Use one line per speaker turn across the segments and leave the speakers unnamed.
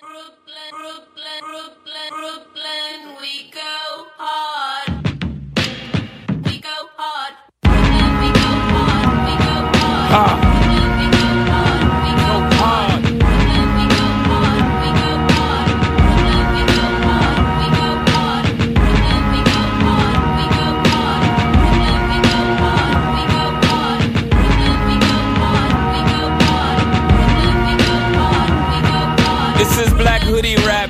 Brooklyn, Brooklyn, Brooklyn, Brooklyn, we go hard. We go hard. Brooklyn, we go hard. We go hard. Brooklyn, we go hard. We go hard. Brooklyn, we go hard. We go hard. Brooklyn, we go hard. We go hard. Brooklyn, we go hard. We go hard. Brooklyn, we go hard. We go hard. Brooklyn, we go hard. We go hard. Brooklyn, we go hard. We go hard.
This is Black Hoodie Rap.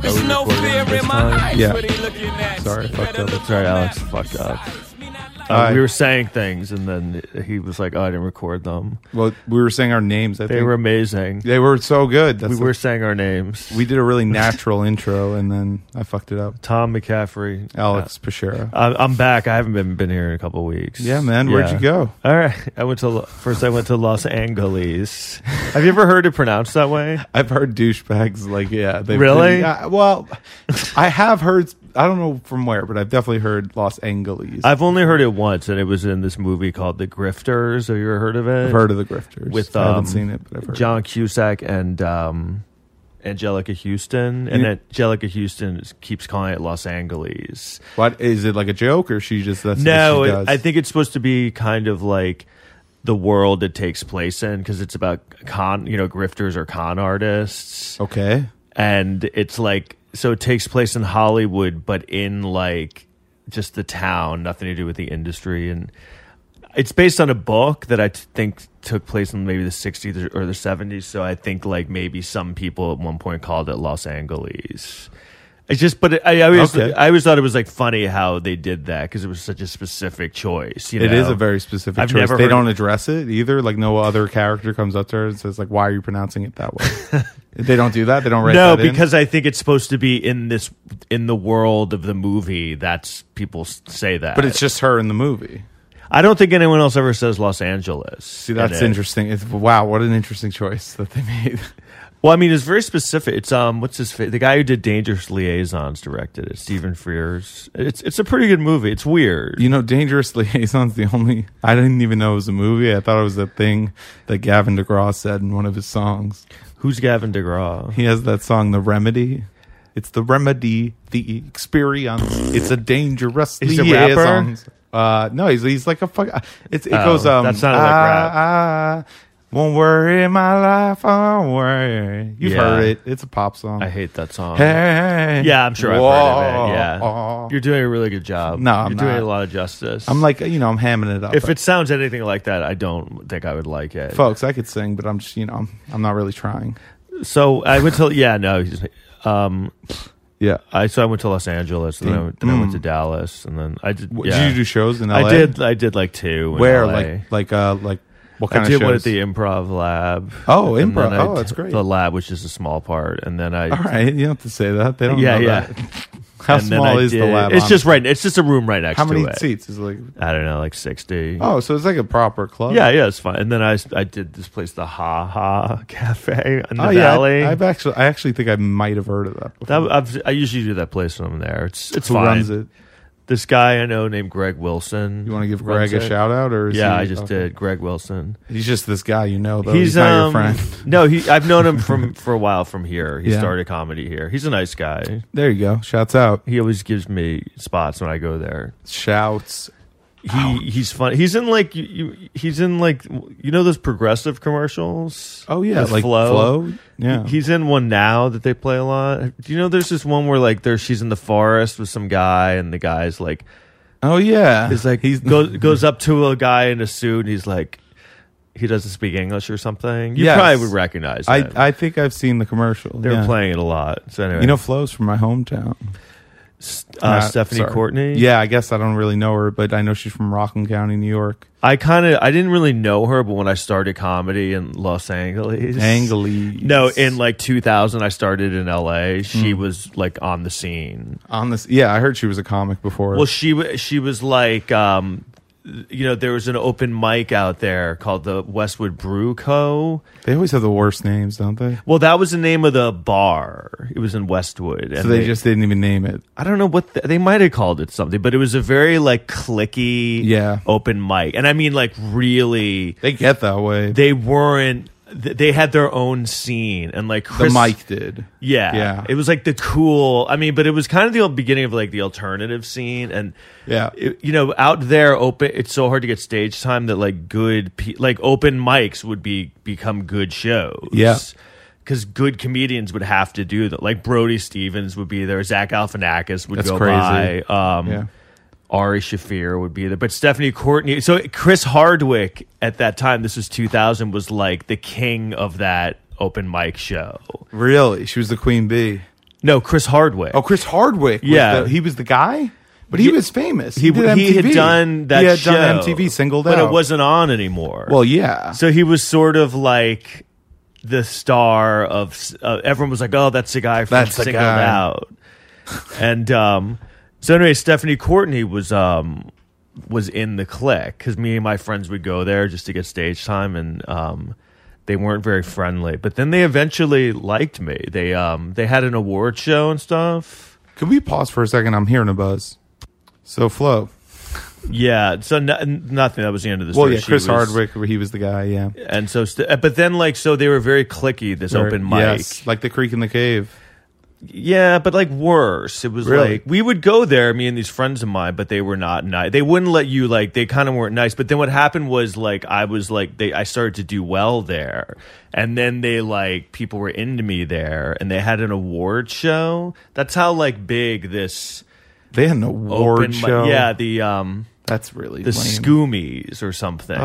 There's
we
no
recording
fear
this
in my
time?
eyes.
Yeah.
What are you looking at?
Sorry,
You
fucked
better
up.
look
That's right,
on
Alex,
that
fucked up.
besides me not like-
Uh,
Alright.
We were saying things, and then he was like, oh, "I didn't record them.
Well, we were saying our names. I
They
think.
were amazing.
they were so good. That's
we
the-
were saying our names.
we did a really natural intro, and then I fucked it up.
Tom McCaffrey,
Alex Pashera.
I- I'm back. I haven't been been here in a couple weeks.
yeah, man. Where'd
Yeah.
you go?
All right, I went to Lo- first. I went to Los Angeles. Have you ever heard it pronounced that way?
I've heard douchebags like yeah. They've
Really?
yeah, well, I have heard. I don't know from where, but I've definitely heard Los Angeles.
I've only heard it once, and it was in this movie called The Grifters. Have you ever heard of it?
I've heard of the Grifters.
with
I
um,
haven't seen it, but I've heard.
John Cusack and um, Angelica Houston, and
You-
Angelica Houston is- keeps calling it Los Angeles.
What is it like a joke, or she just that's
no,
What she
it-
does?
I think it's supposed to be kind of like the world it takes place in because it's about con, you know, grifters or con artists,
okay.
and it's like so it takes place in Hollywood, but in like just the town, nothing to do with the industry and. it's based on a book that I t- think took place in maybe the 60s or the 70s. So I think like maybe some people at one point called it Los Angeles. It's just, but it, I always,
Okay.
I always thought it was like funny how they did that because it was such a specific choice. You
It
know?
is a very specific
I've
choice.
never
they
heard-
don't address it either. Like no other character comes up to her and says like, "Why are you pronouncing it that way?" they don't do that. They don't write.
no
that in.
because I think it's supposed to be in this in the world of the movie. That's people s- say that,
But it's just her in the movie.
I don't think anyone else ever says Los Angeles.
See, that's
in it.
interesting. It's wow, what an interesting choice that they made.
Well, I mean, it's very specific. It's um, what's his fa- the guy who did Dangerous Liaisons directed it, Stephen Frears. It's it's a pretty good movie. It's weird.
You know, Dangerous Liaison's the only. I didn't even know it was a movie. I thought it was a thing that Gavin DeGraw said in one of his songs.
Who's Gavin DeGraw?
He has that song, "The Remedy." It's the remedy, the experience. It's a dangerous
He's a rapper?
liaisons. Uh, no, he's he's like a fuck. It's it
Oh,
goes um.
that sounded like
"I-
rap.
I won't worry my life. I won't worry. You've
Yeah.
heard it. It's a pop song.
I hate that song.
Hey.
Yeah, I'm sure I've heard of it. Yeah,
Whoa.
you're doing a really good job.
No,
you're
I'm
doing
not.
a lot of justice.
I'm like, you know, I'm hamming it up.
if it sounds anything like that, I don't think I would like it.
folks, I could sing, but I'm just, you know, I'm, I'm not really trying.
So I went to yeah, no, he's, um,
Yeah.
I so I went to Los Angeles, and then, I, then I went to Dallas, and then I did.
W-
yeah.
Mm. Did you do shows in LA?
I did. I did like two. in
Where?
LA.
Like, like, uh, like, what kind
I did
of shows?
one at the Improv Lab.
Oh,
And
Improv.
then I
Oh,
t-
that's great.
The lab was just a small part, and then I.
All right. You don't have to say that. They don't
Yeah,
know
yeah.
that. How
and then
small
I
is the
did-
lab?
It's just
honestly?
right. It's just a room right next
How
to
many
it.
seats? Is like,
I don't know, like sixty.
oh, so it's like a proper club.
Yeah, yeah, it's fine. And then I, s- I did this place, the Ha Ha Cafe in the
Oh, yeah.
Valley.
I, I've actually, I actually think I might have heard of that before.
That- I've- i usually do that place when I'm there. It's it's
Who
fine.
runs it?
This guy I know named Greg Wilson.
You want to give
runs
Greg a
it.
shout out, or is
Yeah,
he-
I just
okay.
did. Greg Wilson.
He's just this guy you know, though. He's, not
um,
your friend.
no, he. I've known him from for a while from here. He
Yeah.
started comedy here. He's a nice guy.
There you go. Shouts out.
He always gives me spots when I go there.
Shouts.
He he's fun. He's in like you, you. He's in like you know those progressive commercials.
Oh yeah,
With
like flow. Yeah.
He's in one now that they play a lot. Do you know there's this one where like there she's in the forest with some guy and the guy's like
oh yeah.
is like
he's
he's goes goes up to a guy in a suit and he's like he doesn't speak English or something. You
Yes.
probably would recognize.
I
him.
I think I've seen the commercial.
they were
yeah.
playing it a lot. So anyway,
You know, flows from my hometown.
S- uh,
Not-
Stephanie
sorry.
Courtney.
Yeah, I guess I don't really know her, but I know she's from Rockland County, New York.
I kind of I didn't really know her, but when I started comedy in Los Angeles,
Angly.
No, in like 2000, I started in LA. She
Mm.
was like on the scene.
on this. Yeah, I heard she was a comic before.
Well, she wa- she was like, um, you know, there was an open mic out there called the Westwood Brew Co.
they always have the worst names, don't they?
Well, that was the name of the bar. It was in Westwood. And
So they, just didn't even name it.
I don't know what the, they might have called it something, but it was a very like clicky,
Yeah.
open mic, and I mean like really
They get that way.
they weren't th- they had their own scene and like
The
Chris,
mic did.
Yeah,
Yeah.
It was like the cool. I mean, but it was kind of the beginning of like the alternative scene, and
Yeah.
it- you know, out there, open. It's so hard to get stage time that like good, pe- like open mics would be become good shows.
Yeah.
Because good comedians would have to do that. Like Brody Stevens would be there. Zach Galifianakis would
That's
go
crazy.
by. Um,
Yeah.
Ari Shafir would be there, but Stephanie Courtney. So Chris Hardwick at that time, this was 2000, was like the king of that open mic show.
Really? She was the queen bee.
No, Chris Hardwick.
Oh, Chris Hardwick. was
Yeah.
the- he was the guy, but he, was famous.
he,
did
he had
MTV.
done that
He had
show,
done MTV singled
but
out.
it wasn't on anymore.
Well, yeah.
so he was sort of like the star of. s- Uh, everyone was like, "Oh, that's the guy from
That's the
Singled
guy.
Out." and um, so anyway, Stephanie Courtney was um, was in the clique because me and my friends would go there just to get stage time, and um, they weren't very friendly. But then they eventually liked me. They um, they had an award show and stuff.
Could we pause for a second? I'm hearing a buzz. So Flo.
Yeah, so no, nothing. That was the end of the
Well,
story.
yeah,
She
Chris
was-
Hardwick. He was the guy. Yeah.
And so, st- but then, like, so they were very clicky. This
Or-
open mic,
Yes, like the creek in the cave.
yeah, but like worse. It was
Really?
like we would go there, me and these friends of mine, but they were not nice. They wouldn't let you. Like, they kind of weren't nice. But then what happened was, like, I was like, they, I started to do well there, and then they like people were into me there, and they had an award show. That's how like big this
They had an award
open, mi-
show.
yeah, the um.
that's really
the
lame.
Scoomies or something.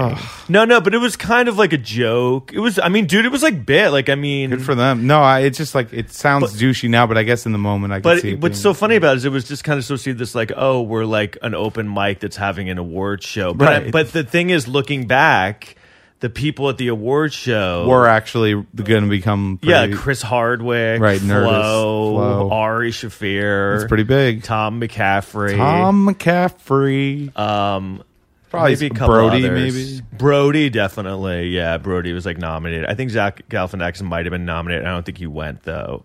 No, no, but it was kind of like a joke. It was, I mean, dude, it was like bit. Like, I mean,
Good for them. No, I, it's just like it sounds douchey now, but I guess in the moment I can
but
see it
what's
being-
so funny about it is it was just kind of associated with this like, oh, we're like an open mic that's having an award show. But I-
Right.
but the thing is, looking back, the people at the award show
we're actually going to become
yeah,
pretty,
Chris Hardwick,
Right, Nerdist,
Flo,
Flo.
Ari Shafir,
It's pretty big.
Tom McCaffrey,
Tom McCaffrey.
um,
Probably
maybe a couple
Brody,
others.
maybe.
Brody, definitely. Yeah, Brody was like nominated. I think Zach Galifianakis might have been nominated. I don't think he went though.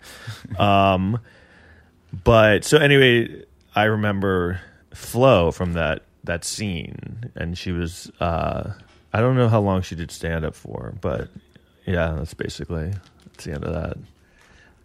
um, but so anyway, I remember Flo from that that scene, and she was. Uh, I don't know how long she did stand up for, but yeah, that's basically that's the end of that.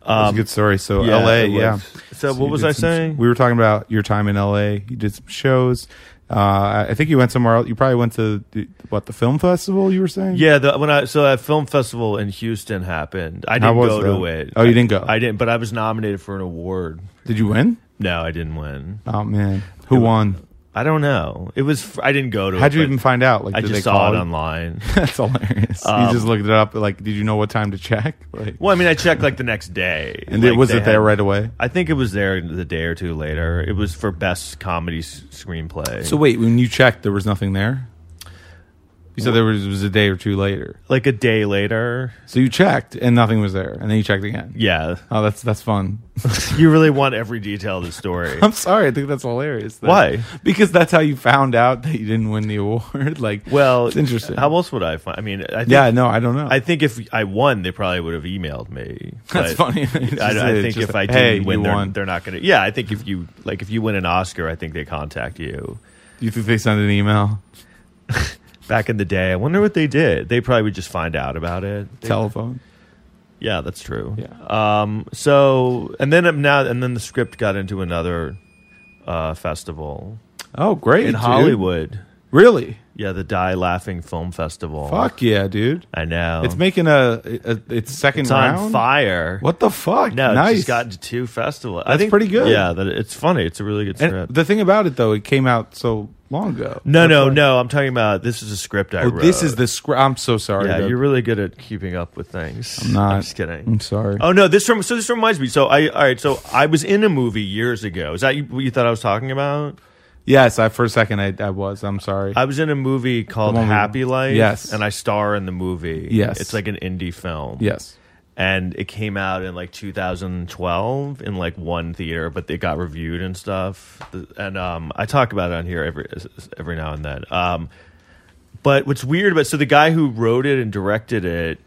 That was a good story. So
Um, yeah,
L.A.
it was.
Yeah.
So what
you
was
did
I
some-
saying?
We were talking about your time in L.A. You did some shows. Uh, I- I think you went somewhere else. You probably went to the, what the film festival. You were saying,
Yeah, the, when I so that film festival in Houston happened. I
How
didn't
was
go to
that?
it.
Oh, you didn't go?
I didn't, but I was nominated for an award.
Did you win?
No, I didn't win.
Oh man, who won?
I don't know. It was I didn't go to. it,
How'd you
but
even find out? Like,
I
did
just
they
saw
call
it
you?
online. Um,
That's hilarious. you just looked it up. Like, did you know what time to check? Like,
well, I mean, I checked like the next day,
and
Like,
it, was
they
it there
had-
right away?
I think it was there the day or two later. It was for best comedy s- screenplay.
So wait, when you checked, there was nothing there. You said there was, was a day or two later.
like a day later,
So you checked and nothing was there, and then you checked again.
yeah.
Oh, that's that's fun.
you really want every detail of the story.
I'm sorry. I think that's hilarious. That-
Why?
Because that's how you found out that you didn't win the award. like,
Well,
it's interesting.
How else would I find? I mean, I think,
yeah, no, I don't know.
I think if I won, they probably would have emailed me.
that's
but-
funny.
I, I think if I didn't
the
win, they're,
one,
they're not going to. Yeah, I think if you like, if you win an Oscar, I think they contact you.
you think they sent an email,
Back in the day, I wonder what they did. They probably would just find out about it. They-
telephone?
yeah, that's true.
Yeah.
Um. So and then um, now and then the script got into another uh, festival
Oh, great!
in
dude.
Hollywood.
really?
Yeah, the Die Laughing Film Festival.
Fuck yeah, dude!
I know.
It's making a, a its second
Oh. It's
round.
on fire.
What the fuck?
No,
nice.
it's just gotten to two festivals. I
That's
think
pretty good.
Yeah, that it's funny. It's a really good
And
script.
the thing about it though, it came out so long ago.
no,
That's
no,
why-
no. I'm talking about this is a script I
Oh,
wrote.
this is the script. I'm so sorry.
Yeah,
dude.
you're really good at keeping up with things.
I'm not.
just kidding.
I'm sorry.
Oh no, this rem- so this reminds me. So I all right. So I was in a movie years ago. Is that you- what you thought I was talking about?
Yes, I for a second I, I was. I'm sorry.
I was in a movie called
The one we-
Happy Life.
Yes.
and I star in the movie.
Yes.
it's like an indie film.
yes.
and it came out in like 2012 in like one theater, but it got reviewed and stuff. And um, I talk about it on here every every now and then. Um, but what's weird about so the guy who wrote it and directed it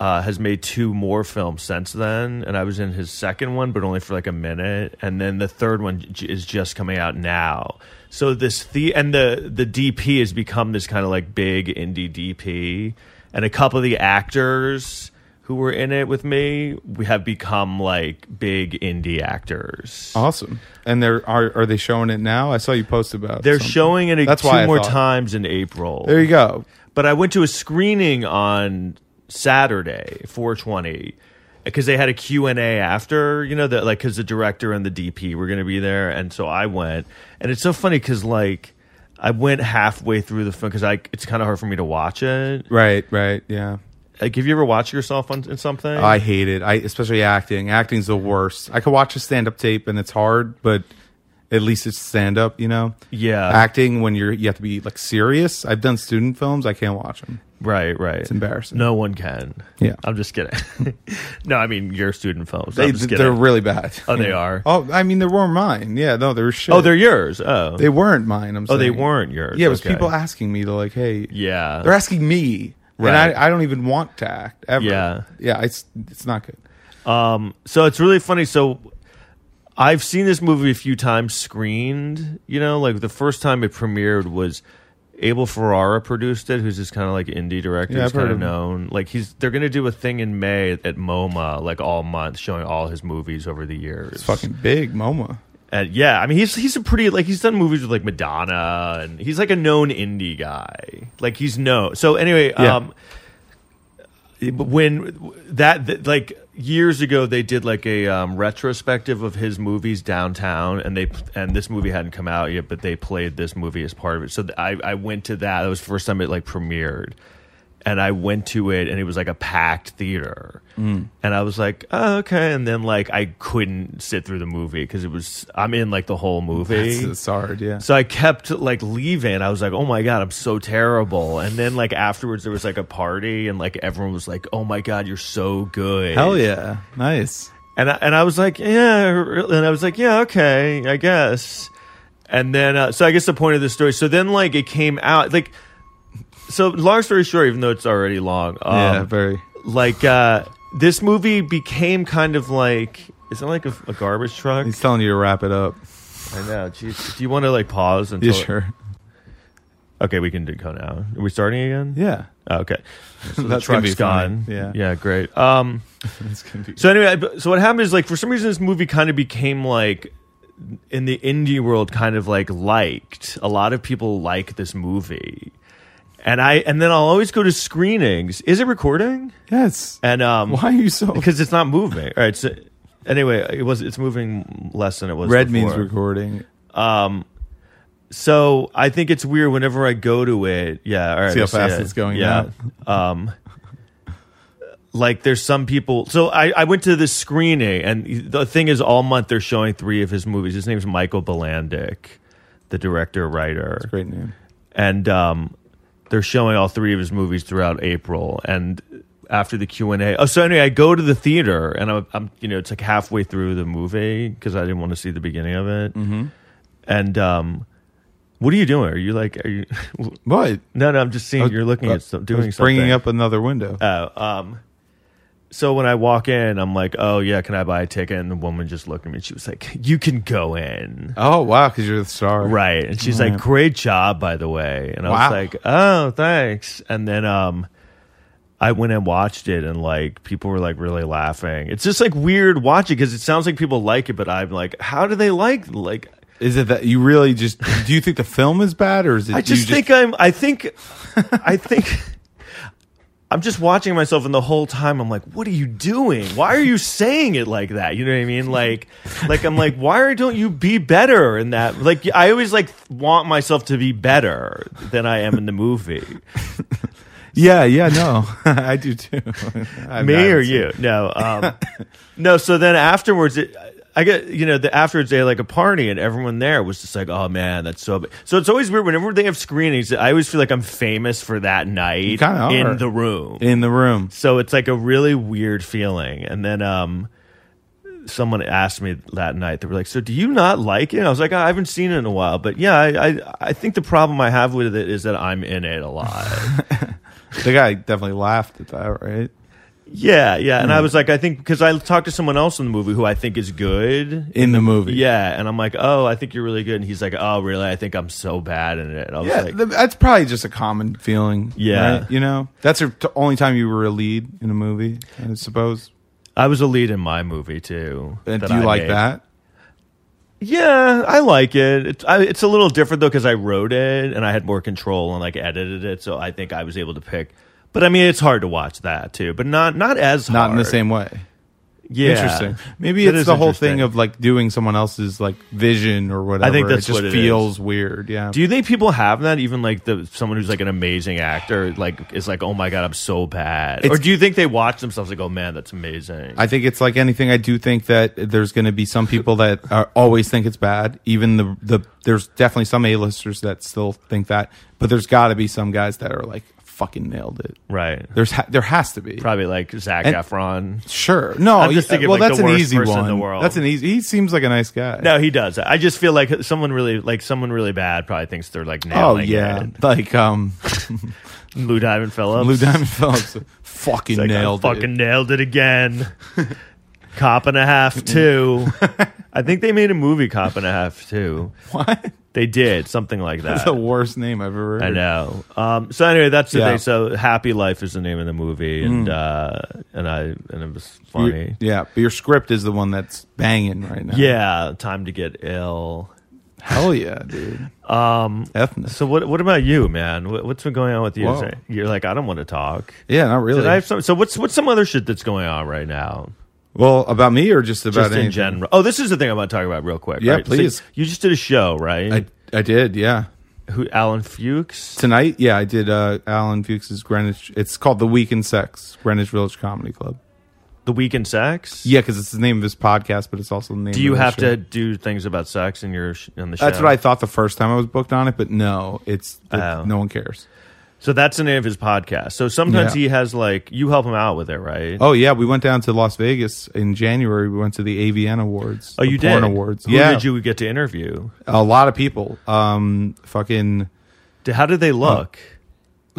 uh, has made two more films since then, and I was in his second one, but only for like a minute, and then the third one j- is just coming out now. So this the and the the DP has become this kind of like big indie DP, and a couple of the actors who were in it with me we have become like big indie actors.
Awesome. And they're are are they showing it now? I saw you post about.
They're
something.
showing it a,
That's
two
why I
more
thought.
times in April.
There you go.
But I went to a screening on Saturday, 420, because they had a Q&A after, you know, that like cuz the director and the DP were going to be there and so I went. And it's so funny cuz like I went halfway through the film cuz I it's kind of hard for me to watch it.
Right. Right. Yeah.
Like have you ever watched yourself on in something?
I hate it. I especially acting. Acting's the worst. I could watch a stand up tape and it's hard, but at least it's stand up. You know.
Yeah.
Acting when you're you have to be like serious. I've done student films. I can't watch them.
right, right. It's
embarrassing.
No one can.
Yeah.
I'm just kidding. no, I mean your student films.
They,
I'm just kidding.
they're really bad.
Oh, they are?
Oh, I mean, they weren't mine. Yeah, no, they were shit.
oh, they're yours. Oh.
they weren't mine. I'm
oh, they
saying.
weren't yours.
Yeah, it was
Okay.
people asking me to like, hey,
Yeah.
they're asking me,
Right.
and I, I don't even want to act ever.
Yeah.
yeah, it's it's not good.
So it's really funny. So I've seen this movie a few times screened. You know, like the first time it premiered was Abel Ferrara produced it, who's just kind of like indie director.
Yeah,
he's
I've heard
kind
of
of
him.
known. Like he's they're gonna do a thing in May at MoMA, like all month, showing all his movies over the years.
It's fucking big, MoMA.
And yeah, I mean he's he's a pretty like he's done movies with like Madonna and he's like a known indie guy. Like he's no. So anyway,
Yeah.
um but when that th- like years ago they did like a um, retrospective of his movies downtown and they and this movie hadn't come out yet but they played this movie as part of it so th- I, I went to that that was the first time it like premiered and i went to it and it was like a packed theater
Mm.
and i was like oh, okay and then like i couldn't sit through the movie because it was i'm in like the whole movie
It's, it's hard. Yeah,
so I kept like leaving. I was like, "Oh my god, I'm so terrible." And then like afterwards, there was like a party, and like everyone was like, "Oh my god, you're so good."
hell yeah, nice.
And I, and I was like, "Yeah," really?" and I was like, "Yeah, okay, I guess." And then uh, so I guess the point of the story. So then like it came out like so. Long story short, even though it's already long, um,
yeah, very.
like uh, this movie became kind of like. Is it like a, a garbage truck?
He's telling you to wrap it up.
I know. Jeez, do you want to like pause until?
Yeah, sure.
Okay, we can do go now. Are we starting again?
Yeah,
Oh, okay. So the
That's gonna
truck's
be funny.
gone.
Yeah.
Yeah, great. Um,
it's gonna be.
so anyway, I- so what happened is like for some reason this movie kind of became like in the indie world kind of like liked. A lot of people like this movie. And I and then I'll always go to screenings. Is it recording?
yes.
And um
Why are you so?
Because it's not moving. All right. So anyway, it was it's moving less than it was
Red
before.
means recording.
So I think it's weird whenever I go to it. Yeah, all right.
See how
I
fast
it.
it's going
Yeah. Um, like there's some people. So I, I went to this screening, and the thing is, all month they're showing three of his movies. His name's Michael Belandic, the director writer,
Great name.
and um, they're showing all three of his movies throughout April. And after the Q and A, oh, so anyway, I go to the theater, and I'm, I'm you know, it's like halfway through the movie because I didn't want to see the beginning of it, mm-hmm. and um. What are you doing? Are you like? Are you?
What?
No, no. I'm just seeing you're looking
Uh,
at some, doing
I was
something.
Bringing up another window.
Oh, um, so when I walk in, I'm like, "Oh yeah, can I buy a ticket?" And the woman just looked at me. and She was like, "You can go in."
oh wow, because you're the star.
Right. And she's like,
Right.
"Great job, by the way." And I
Wow.
was like, "Oh, thanks." And then um, I went and watched it, and like people were like really laughing. It's just like weird watching because it sounds like people like it, but I'm like, how do they like like?
Is it that you really just? Do you think the film is bad, or is it?
I
you
just think I'm. I think. I think. I'm just watching myself, and the whole time I'm like, "What are you doing? Why are you saying it like that?" You know what I mean? Like, like I'm like, "Why don't you be better in that?" Like, I always like want myself to be better than I am in the movie.
Yeah, yeah, no, I do too. I haven't
Me or
seen-
you? No, um, no. So then afterwards, it, I get you know the afterwards they had like a party and everyone there was just like, oh man, that's so. Big. So it's always weird whenever they have screenings. I always feel like I'm famous for that night
kinda are.
in the room.
in the room.
so it's like a really weird feeling. And then um, someone asked me that night. They were like, "So do you not like it?" And I was like, "I haven't seen it in a while, but yeah, I I, I think the problem I have with it is that I'm in it a lot."
The guy definitely laughed at that, right?
Yeah, yeah.
Hmm.
And I was like, I think because I talked to someone else in the movie who I think is good.
in the movie.
Yeah, and I'm like, oh, I think you're really good. And he's like, oh, really? I think I'm so bad in it. And I was
Yeah,
like,
th- that's probably just a common feeling.
Yeah.
right? you know, that's the t- only time you were a lead in a movie, I suppose.
I was a lead in my movie too.
And
that
do you
I
like
made.
that?
Yeah, I like it. It's, I, it's a little different though because I wrote it and I had more control and like edited it, so I think I was able to pick. But I mean, it's hard to watch that too, but not not as
Not in the
hard.
same way.
Yeah,
Interesting. Maybe
That
it's
is
the whole
interesting.
thing of like doing someone else's like vision or whatever.
that's
it just
what it
feels weird. Yeah.
Do you think people have that? Even like the someone who's like an amazing actor, like is like, oh my god, I'm so bad. or
It's-
do you think they watch themselves and go, man, that's amazing?
I think it's like anything. I do think that there's going to be some people that are, always think it's bad. Even the the there's definitely some A-listers that still think that, but there's got to be some guys that are like fucking nailed it.
right.
There's ha- there has to be.
Probably like Zach
And-
Efron.
Sure. No.
I'm just
yeah,
thinking,
well,
like,
that's
the
an
worst
easy
person in
one.
the world.
That's an easy. He seems like a nice guy.
No, he does. I just feel like someone really like someone really bad probably thinks they're like
Oh
nailing
yeah.
it.
Like um,
Lou Diamond Phillips.
Lou Diamond Phillips fucking
It's like, I
nailed
fucking
it.
nailed it again. Cop and a half too. I think they made a movie Cop and a half too.
What?
They did something like that.
That's the worst name I've ever heard.
I know. Um, so anyway, that's the
Yeah. Hmm.
thing. So Happy Life is the name of the movie, and uh, and I and it was
You-
funny.
yeah, but your script is the one that's banging right now.
yeah, time to get ill.
Hell yeah, dude. Um, Ethnic.
So what what about you, man? What, what's been going on with you?
Whoa.
Is it- You're like I don't want to talk.
Yeah, not really.
Did I have some, so what's what's some other shit that's going on right now?
well, about me or just about
Just in
anything?
general. Oh, this is the thing I want to talk about real quick.
Yeah,
right? So
please.
you just did a show, right?
I I did. Yeah.
Who Alan Fuchs?
Tonight, yeah, I did uh, Alan Fuchs's Greenwich. It's called The Week in Sex, Greenwich Village Comedy Club.
The Week in Sex.
Yeah, because it's the name of his podcast, but it's also the name.
Do you
of the
have
show.
to do things about sex in your sh- in the show?
That's what I thought the first time I was booked on it, but no, it's it-
Oh.
no one cares.
So that's the name of his podcast. So sometimes
Yeah.
he has like you help him out with it, right?
Oh yeah, we went down to Las Vegas in January. We went to the AVN Awards.
Oh,
the
you
porn
did
awards.
Who
yeah,
did you get to interview?
a lot of people. Um, fucking
Did- How did they look?
Uh,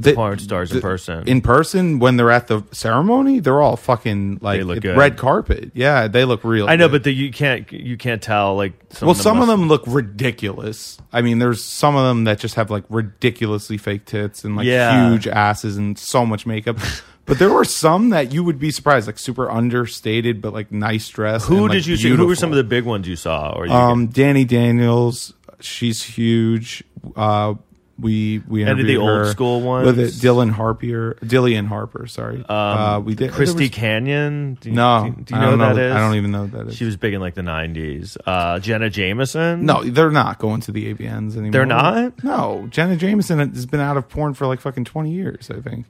the,
porn stars in person.
In person, when they're at the ceremony, they're all fucking like
They look
it-
good.
red carpet. Yeah, they look real.
I know,
good.
but the, you can't you can't tell like some
well, some of
must-
them look ridiculous. I mean, there's some of them that just have like ridiculously fake tits and like
Yeah.
huge asses and so much makeup. But there were some that you would be surprised, like super understated, but like nice dress.
Who
and, like,
did you see? Who were
beautiful.
some of the big ones you saw? Or you
Um, Danny Daniels, she's huge. Uh, we we
Any of the
interviewed
old
her
school ones?
with it, Dylan Harper, Dylan Harper. Sorry, uh, we did
get- Christy
there was-
Canyon. Do you,
No,
do, do you
I
know who
don't
that
know-
is?
I don't even know who that is.
She was big in like the '90s. Uh, Jenna Jameson.
No, they're not going to the ABNs anymore.
They're not?
No, Jenna Jameson has been out of porn for like fucking twenty years, I think.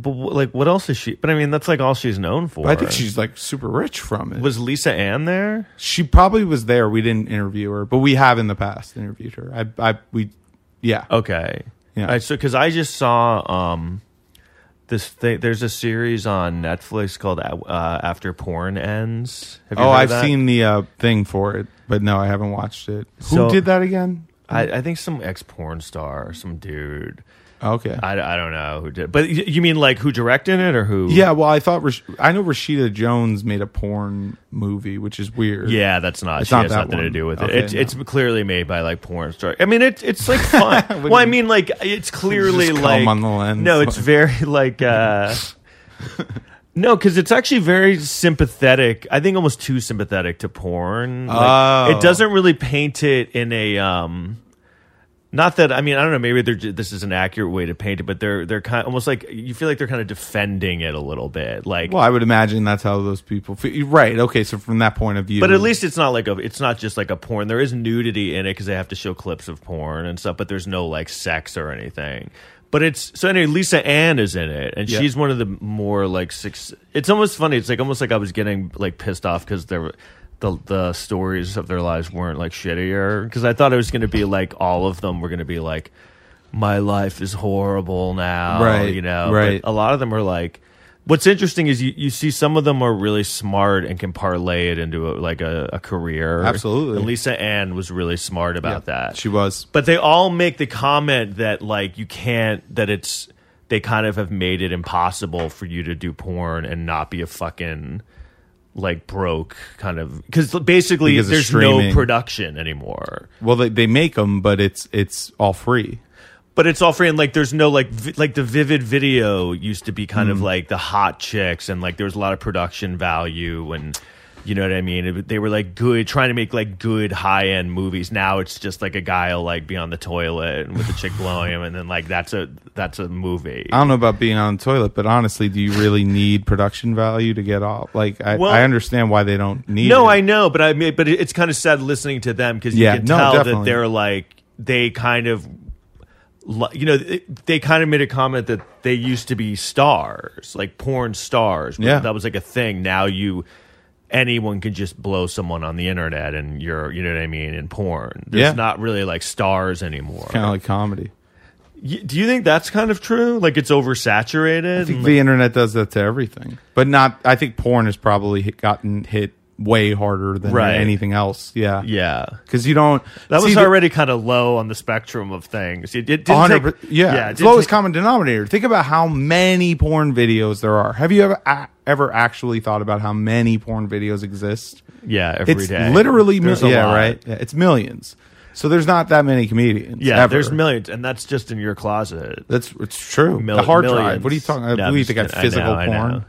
but wh- like, what else is she? But I mean, that's like all she's known for.
But I think she's like super rich from it.
was Lisa Ann there.
she probably was there. We didn't interview her, but we have in the past interviewed her. I, I, we, yeah.
Okay.
Yeah.
All right, so because I just saw um this thing. There's a series on Netflix called uh, After Porn Ends. Have you
Oh,
heard of
I've
that?
seen the uh, thing for it, but no, I haven't watched it.
So-
Who did that again?
I, I think some ex porn star, some dude.
Okay.
I, I don't know who did. But y- you mean like who directed it or who?
yeah, well, I thought Rash- I know Rashida Jones made a porn movie, which is weird.
Yeah, that's not.
It's
she
not
has
that
nothing to
one.
do with
Okay,
it. It's,
no.
it's clearly made by like porn star. I mean, it's it's like fun. well, I mean, like it's clearly
cum
like
on the lens.
No, it's very like. uh No, because it's actually very sympathetic. I think almost too sympathetic to porn. Like,
Oh.
It doesn't really paint it in a. um not that I mean I don't know maybe they're ju- this is an accurate way to paint it but they're they're kind almost like you feel like they're kind of defending it a little bit like
Well, I would imagine that's how those people feel. Right. Okay. So from that point of view,
But at least it's not like a. It's not just like a porn. There is nudity in it because they have to show clips of porn and stuff. But there's no like sex or anything. But it's so anyway. Lisa Ann is in it, and
Yeah.
she's one of the more like six. It's almost funny. It's like almost like I was getting like pissed off because there were. The, the stories of their lives weren't like shittier because I thought it was going to be like all of them were going to be like my life is horrible now
Right,
you know But
right.
a lot of them are like what's interesting is you, you see some of them are really smart and can parlay it into a, like a, a career
Absolutely.
and lisa ann was really smart about that
she was.
but they all make the comment that like you can't that it's they kind of have made it impossible for you to do porn and not be a fucking like broke kind of because basically
Because of
there's no
streaming.
production anymore.
Well, they, they make them, but it's it's all free.
but it's all free and like there's no like vi- like the vivid video used to be kind of like the hot chicks and like there was a lot of production value and you know what i mean It- they were like good trying to make like good high-end movies now it's just like a guy will like be on the toilet and with a chick blowing him and then like that's a that's a movie
I don't know about being on the toilet, but honestly, do you really need production value to get off? Like, I,
Well-
I understand why they don't need.
No,
it.
I know, but I mean, but it's kind of sad listening to them because
Yeah,
you can
no,
tell that
definitely.
they're like they kind of, li- you know, they, they kind of made a comment that they used to be stars, like porn stars.
Yeah.
that was like a thing. Now you. Anyone can just blow someone on the internet, and you're, you know what I mean, in porn. There's
Yeah.
not really like stars anymore.
kind of like comedy.
Y- Do you think that's kind of true? Like it's oversaturated.
I think the internet does that to everything, but not. I think porn has probably hit, gotten hit way harder than
Right.
anything else. Yeah,
yeah,
Because you don't.
that
see,
was
the-
already kind of low on the spectrum of things. It, it didn't
100
take-
yeah,
it
it's
didn't
lowest
take-
common denominator. Think about how many porn videos there are. Have you ever a- ever actually thought about how many porn videos exist?
Yeah, every day.
it's literally mil-
There's a
yeah,
lot.
right. Yeah, it's millions. So there's not that many comedians.
Yeah,
ever.
there's millions, and that's just in your closet.
That's it's true.
Mil-
the hard
millions.
drive. What are you talking?
No,
about?
I'm
what do you
just
think I have
kidding.
physical
know, I
porn?
know.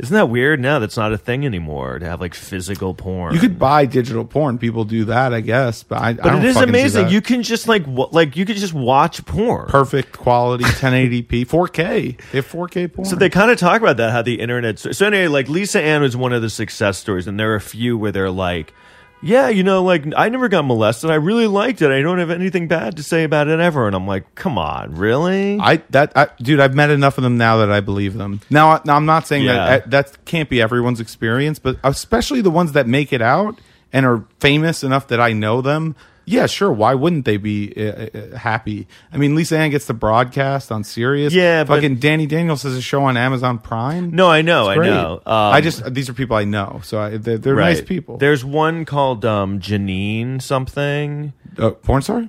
Isn't that weird? Now that's not a thing anymore to have like physical porn.
You could buy digital porn. People do that, I guess. But I,
but it is amazing. You can just like w- like you could just watch porn.
perfect quality 1080p 4K. They have 4K porn.
So they kind of talk about that how the internet. So, so anyway, like Lisa Ann was one of the success stories, and there are a few where they're like, "Yeah, you know, like I never got molested. I really liked it. I don't have anything bad to say about it ever." And I'm like, "Come on, really?"
I that I, dude, I've met enough of them now that I believe them. Now, now I'm not saying
Yeah.
that that can't be everyone's experience, but especially the ones that make it out and are famous enough that I know them. Yeah, sure. Why wouldn't they be uh, uh, happy? I mean, Lisa Ann gets the broadcast on Sirius.
Yeah, but-
fucking Danny Daniels has a show on Amazon Prime.
no, I know, I
Great.
know. Um,
I just these are people I know, so I, they're, they're nice people.
There's one called um, Janine something.
uh, porn star.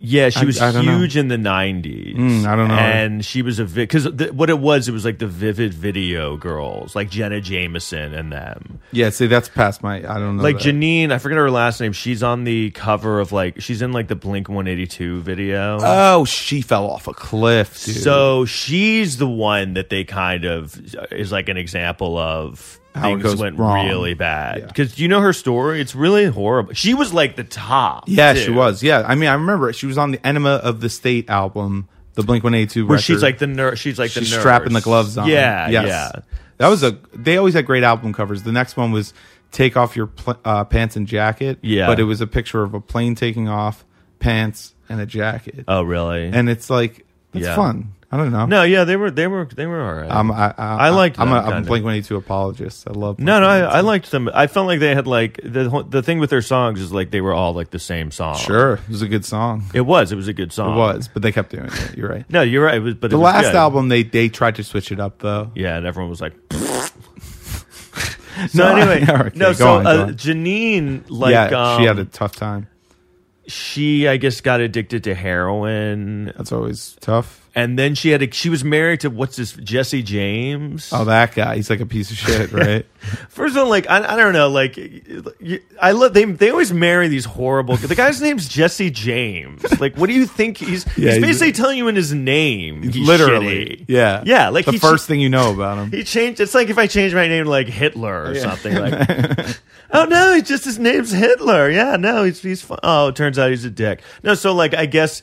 Yeah, she
I-
was
I don't know.
huge in the '90s.
Mm, I don't know.
And she was a because th- what it was, it was like the vivid video girls, like Jenna Jameson and them.
Yeah, see, that's past my. I don't know.
Like
Oh, that.
Janine, I forget her last name. She's on the cover of like she's in like the Blink 182 video.
Oh, she fell off a cliff. Dude.
so she's the one that they kind of uh, is like an example of
How it
things
goes
went
wrong.
really bad
Yeah.
because you know her story. It's really horrible. She was like the top.
Yeah, she
too.
was. Yeah, I mean, I remember it. she was on the Enema of the State album, the Blink One Eighty Two.
Where she's like the nurse. She's like
she's
the nurse.
strapping the gloves on.
Yeah,
Yes.
yeah.
That was a. They always had great album covers. The next one was "Take Off Your Pl- uh, Pants and Jacket."
Yeah.
but it was a picture of a plane taking off, pants and a jacket,
Oh, really?
and it's like it's
Yeah.
fun. I don't know.
no, yeah, they were they were they were all right.
I'm, I, I,
I liked
I'm
them,
a, I'm a
kinda.
Blink One Eighty Two apologist. I love.
no,
Blink
no, I, I
182.
liked them. I felt like they had like the whole- the thing with their songs is like they were all like the same song.
sure, it was a good song.
it was. It was a good song.
It was, but they kept doing it. You're right.
No, you're right. It was, but
The last album they they tried to switch it up though.
yeah, and everyone was like. so
No,
anyway,
all right,
no.
okay, go
So
on, go
uh,
on.
Janine, like,
yeah,
um,
she had a tough time.
she, I guess, got addicted to heroin,
That's always tough.
and then she had a, she was married to what's this Jesse James.
Oh, that guy. He's like a piece of shit, right?
First of all, like I, I don't know, like you, I love they they always marry these horrible. The guy's name's Jesse James. Like, what do you think he's?
Yeah,
he's
he's-
basically telling you in his name, he's
Literally.
shitty.
Yeah.
yeah. Like
the
he
first
ch-
thing you know about him.
he changed. It's like if I changed my name to like Hitler or something. Like, oh no, it's just his name's Hitler. Yeah, no, he's he's. Fun. Oh, it turns out he's a dick. No, so like I guess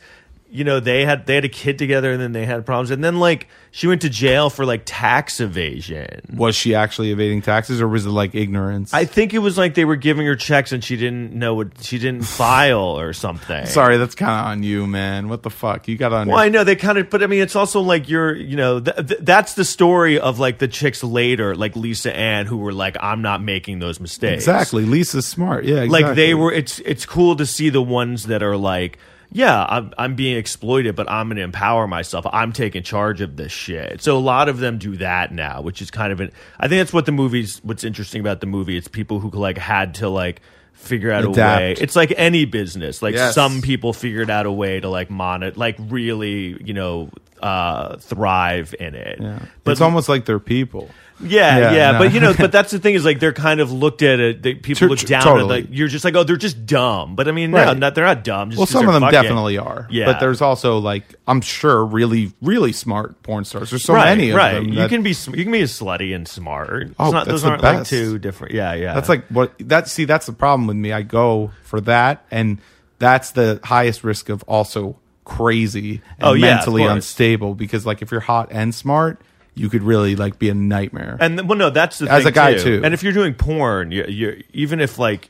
you know they had they had a kid together and then they had problems and then like she went to jail for like tax evasion.
Was she actually evading taxes or was it like ignorance?
I think it was like they were giving her checks and she didn't know what she didn't file or something.
Sorry, that's kind of on you, man. What the fuck? You got on
Well,
your-
I know they kind of, but I mean, it's also like you're, you know, th- th- that's the story of like the chicks later, like Lisa Ann, who were like, I'm not making those mistakes.
Exactly. Lisa's smart. Yeah.
Like
exactly.
they were, it's, it's cool to see the ones that are like, yeah, I'm, I'm being exploited, but I'm going to empower myself. I'm taking charge of this shit. So a lot of them do that now, which is kind of an, I think that's what the movie's, what's interesting about the movie. It's people who like had to like, figure out
Adapt.
a way it's like any business like
Yes.
some people figured out a way to like monet like really you know uh, thrive in it.
Yeah.
But
it's almost like they're people.
yeah, yeah,
Yeah, no.
but you know, but that's the thing is like they're kind of looked at. It, they, people
Sure,
look
sure,
down
totally.
at like you're just like oh they're just dumb. But I mean no,
Right.
not, they're not dumb. Just
Well,
'cause
some of
they're
them
fucking-
definitely are.
Yeah.
But there's also like I'm sure really really smart porn stars. There's so
right,
many of
right.
them.
you
that-
can be sm- you can be slutty and smart. It's
Oh,
not,
that's
those
the
aren't like
best.
two different. Yeah, yeah.
That's like what that see that's the problem with me. I go for that and that's the highest risk of also crazy and
Oh, yeah, of
mentally
course.
unstable because like if you're hot and smart, you could really like be a nightmare.
And th- well, no, that's the
As a
thing
guy, too.
And if you're doing porn, you, you even if like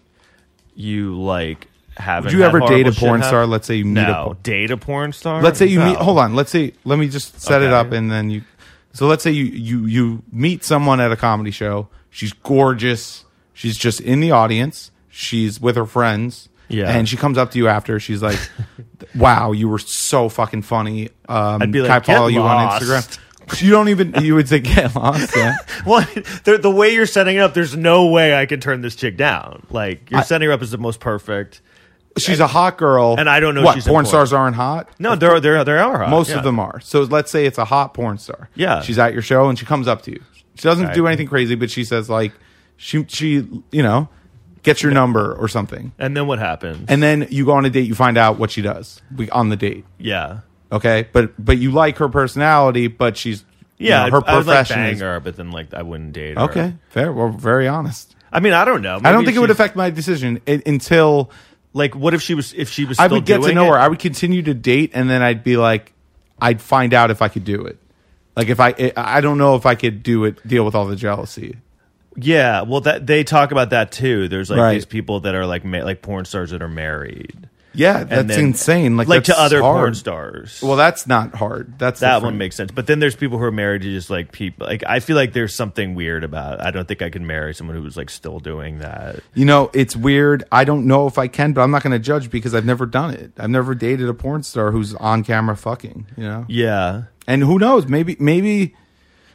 you like haven't.
Would you
had
ever date
horrible
a
shit
porn star?
happen-
Let's say you meet a
no,
porn.
date a porn star.
Let's say you
No.
meet. Hold on. Let's say. Let me just set it
Okay.
up, and then you. So let's say you you you meet someone at a comedy show. She's gorgeous. She's just in the audience. She's with her friends.
Yeah.
And she comes up to you after. She's like, "Wow, you were so fucking funny." Um,
I'd be like,
"Can I follow
"Get
you
lost."
on Instagram?" You don't even. You would say, "Get lost." Yeah.
Well, the, the way you're setting it up, there's no way I can turn this chick down. Like you're setting her up as the most perfect.
She's a hot girl,
And I don't know
what
she's in
porn
porn.
stars aren't hot.
No, there are there are there are hot,
Most
yeah.
of them are. So let's say it's a hot porn star.
Yeah.
She's at your show and she comes up to you. She doesn't
Right.
do anything crazy, but she says like she she you know, gets your number or something.
And then what happens?
And then you go on a date, you find out what she does we- on the date.
yeah,
Okay? But but you like her personality, but she's you
yeah.
know,
her
her
I, I would like
profession
bang
is
her, but then like I wouldn't date her.
Okay. Fair. Well, very honest.
I mean, I don't know.
I
Maybe
don't
if
think it would
she's-
affect my decision i- until
Like, what if she was if she was?
I
still
would get to
doing
know
it?
her. I would continue to date, and then I'd be like, I'd find out if I could do it. Like if I, I I don't know if I could do it. Deal with all the jealousy.
Yeah, well, that they talk about that too. There's like
Right.
these people that are like ma- like porn stars that are married.
Yeah,
And
that's
then-
insane. Like,
like to
that's
other porn
hard.
stars.
Well, that's not hard. That's
that
different.
one makes sense. But then there's people who are married to just like people. Like I feel like there's something weird about. It. I don't think I can marry someone who's like still doing that.
You know, it's weird. I don't know if I can, but I'm not going to judge because I've never done it. I've never dated a porn star who's on camera fucking. You know,
Yeah,
and who knows? Maybe, maybe,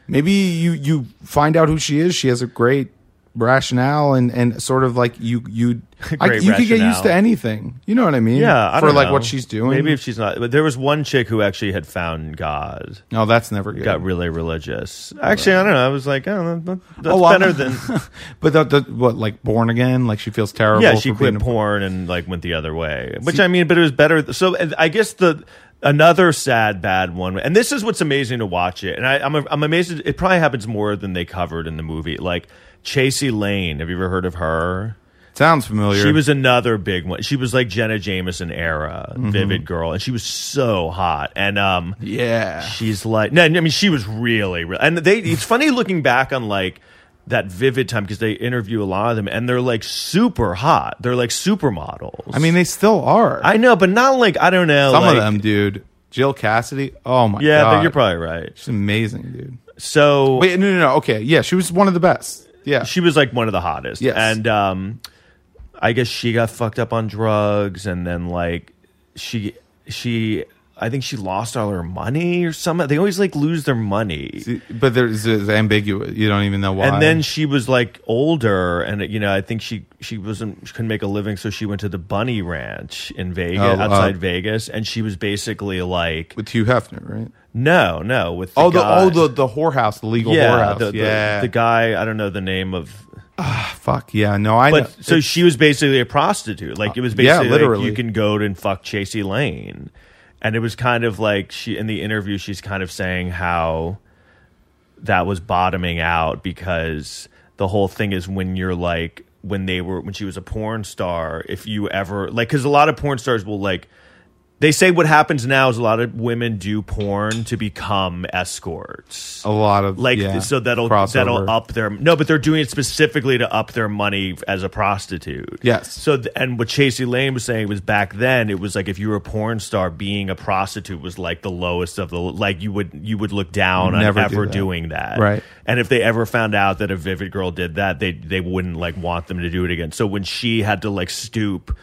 maybe you you find out who she is. She has a great rationale and and sort of like you you I,
Great
you could get used
rationale.
to anything. You know what I mean?
yeah. I
for
don't
like
know.
what she's doing.
Maybe if she's not. But there was one chick who actually had found God.
no, Oh, that's never good.
Got really religious. Actually, I don't know. I was like, oh, that- that- that's
Oh, well,
better than.
but the, the, what like born again? Like she feels terrible.
yeah she
for being
quit
a-
porn and like went the other way which i mean but it was better so and i guess the another sad bad one and this is what's amazing to watch it and I, I'm, I'm amazed it probably happens more than they covered in the movie like chasey lane have you ever heard of her
Sounds familiar.
she was another big one she was like jenna jameson era vivid girl and she was so hot and um
yeah.
she's like no i mean she was really, really and they it's funny looking back on like that vivid time because they interview a lot of them and they're like super hot they're like supermodels
I mean, they still are.
i know but not like i don't know
Some
like-
of them, dude. Jill Cassidy. Oh my
yeah
god.
but you're probably right
She's amazing, dude.
so
Wait, no, no, no. Okay, yeah, she was one of the best. Yeah,
she was like one of the hottest
Yes.
and um i guess she got fucked up on drugs and then like she she i think she lost all her money or something they always like lose their money
but there's it's ambiguous. You don't even know why.
And then she was like older, and you know, I think she she wasn't she couldn't make a living, so she went to the Bunny Ranch in Vegas,
Oh, uh,
outside Vegas, and she was basically like,
with Hugh Hefner, right?
no, no, with the
Oh, the
guy.
oh the the whorehouse, the legal
yeah,
whorehouse.
the, the,
yeah,
the guy I don't know the name of,
fuck yeah. No, I know. Uh,
but so she was basically a prostitute. Like it was
Yeah,
basically like,
literally.
you can go and fuck Chasey Lane, and it was kind of like she in the interview she's kind of saying how that was bottoming out because the whole thing is when you're like when they were when she was a porn star if you ever like because a lot of porn stars will like they say what happens now is a lot of women do porn to become escorts
a lot of
like
yeah,
so that'll
crossover.
that'll up their no but they're doing it specifically to up their money as a prostitute
Yes.
so th- and what Chasey Lane was saying was back then it was like if you were a porn star being a prostitute was like the lowest of the like you would you would look down on
Never do
ever
that.
doing that
Right.
and if they ever found out that a vivid girl did that they they wouldn't like want them to do it again so when she had to like stoop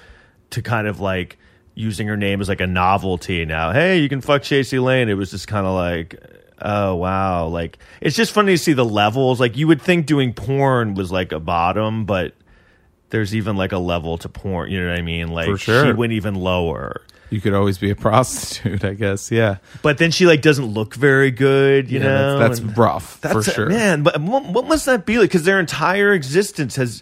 to kind of like using her name as like a novelty now hey you can fuck Chasey Lane it was just kind of like oh wow like it's just funny to see the levels like you would think doing porn was like a bottom but there's even like a level to porn. You know what I mean? Like
For sure.
she went even lower.
You could always be a prostitute, I guess. Yeah,
But then she like doesn't look very good, you
Yeah,
know.
that's,
and-
that's rough for
That's-
sure.
Man, but what, what must that be like? Because their entire existence has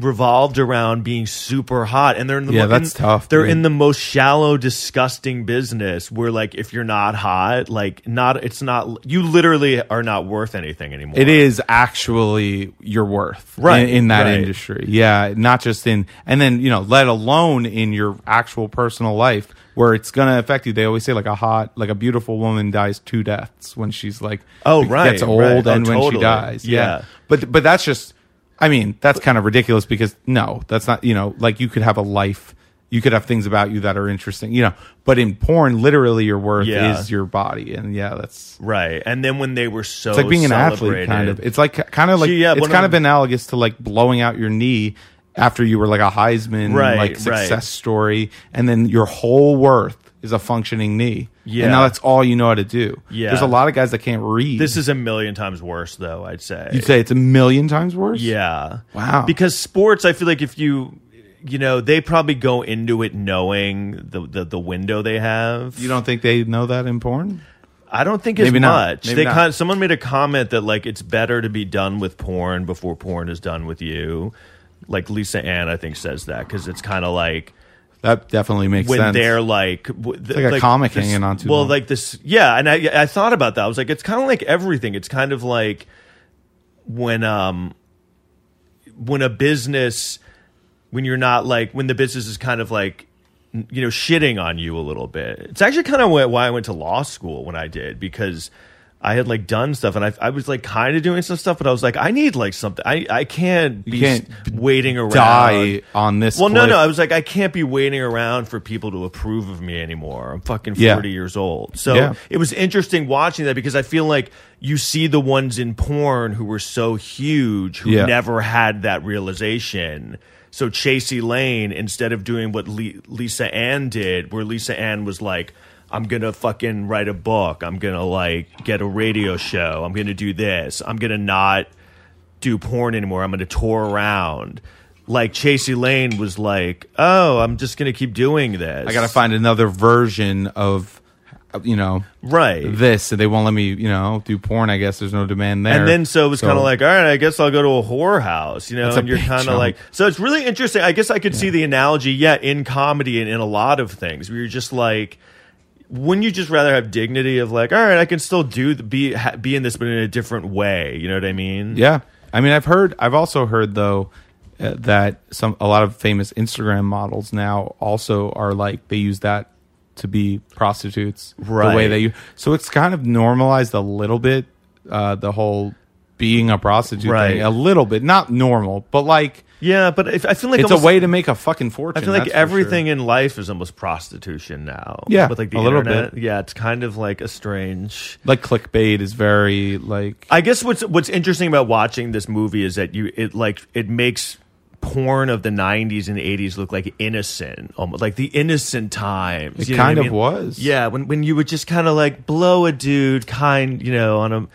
revolved around being super hot, and they're in the
Yeah,
mo-
that's
in-
tough,
They're
dude.
in the most shallow, disgusting business where, like, if you're not hot, like, not it's not you literally are not worth anything anymore.
It is actually your worth
Right,
in, in that
right.
industry. Yeah, not just in, and then, you know, let alone in your actual personal life where it's going to affect you. They always say like a hot, like a beautiful woman dies two deaths when she's like,
Oh,
be-
right,
gets old
right. Oh,
and when she
totally.
dies.
Yeah.
But, but that's just, I mean, that's kind of ridiculous because no, that's not, you know, like you could have a life. You could have things about you that are interesting, you know, but in porn, literally your worth
Yeah.
is your body. And yeah, that's
right. And then when they were so
it's like being an athlete, kind of. It's like kind of like
Gee, yeah,
it's
one of
kind of
them-
analogous to like blowing out your knee after you were like a Heisman
Right,
like
right.
success story, and then your whole worth is a functioning knee.
Yeah.
and now that's all you know how to do.
Yeah.
there's a lot of guys that can't read.
this is a million times worse, though. I'd say
you'd say it's a million times worse.
Yeah.
Wow.
Because sports, I feel like if you, you know, they probably go into it knowing the the, the window they have.
you don't think they know that in porn?
I don't think as
Maybe not.
much.
Maybe
They
not.
con- someone made a comment that like it's better to be done with porn before porn is done with you. Like Lisa Ann, I think says that because it's kind of like
That definitely makes
when
sense.
they're like, w-
like a comic
this-
hanging on too
Well,
long.
like this, yeah. And I, I thought about that. I was like, it's kind of like everything. It's kind of like when, um, when a business, when you're not like, when the business is kind of like, n- you know, shitting on you a little bit. It's actually kind of why I went to law school when I did because. I had like done stuff, and I, I was like kind of doing some stuff, but I was like, I need like something. I, I can't be
can't
s- waiting around
die on this.
well, no,
cliff.
no. I was like, I can't be waiting around for people to approve of me anymore. I'm fucking 40
Yeah.
years old. So
Yeah.
it was interesting watching that because I feel like you see the ones in porn who were so huge who
Yeah.
never had that realization. So Chasey Lane, instead of doing what Le- Lisa Ann did, where Lisa Ann was like, I'm gonna fucking write a book. I'm gonna like get a radio show. I'm gonna do this. I'm gonna not do porn anymore. I'm going to tour around. Like Chasey Lane was like, "Oh, I'm just going to keep doing this."
I got to find another version of, you know,
right.
this and they won't let me you know do porn i guess there's no demand there
and then so it was kind of like, all right, I guess I'll go to a whorehouse, you know.
a
And you're
big
kind of
jump.
like, so it's really interesting. I guess I could see the analogy, yet in comedy and in a lot of things, where you're just like, wouldn't you just rather have dignity of like, all right, I can still do the, be ha, be in this, but in a different way. You know what I mean?
yeah i mean i've heard i've also heard though uh, that some a lot of famous instagram models now also are like they use that to be prostitutes the way
Right.
that you so it's kind of normalized a little bit uh the whole being a prostitute
Right.
thing a little bit not normal but like
yeah. But if, I feel like
it's
almost-
a way to make a fucking fortune
I feel like
that's for sure.
everything in life is almost prostitution now.
Yeah,
with like the
a little
internet. Yeah, it's kind of like a strange.
like clickbait is very like
I guess what's what's interesting about watching this movie is that you it like it makes porn of the 90s and 80s look like innocent almost like the innocent times
It
you know what
kind
I
of
mean?
was.
yeah when when you would just kind of like blow a dude kind you know on a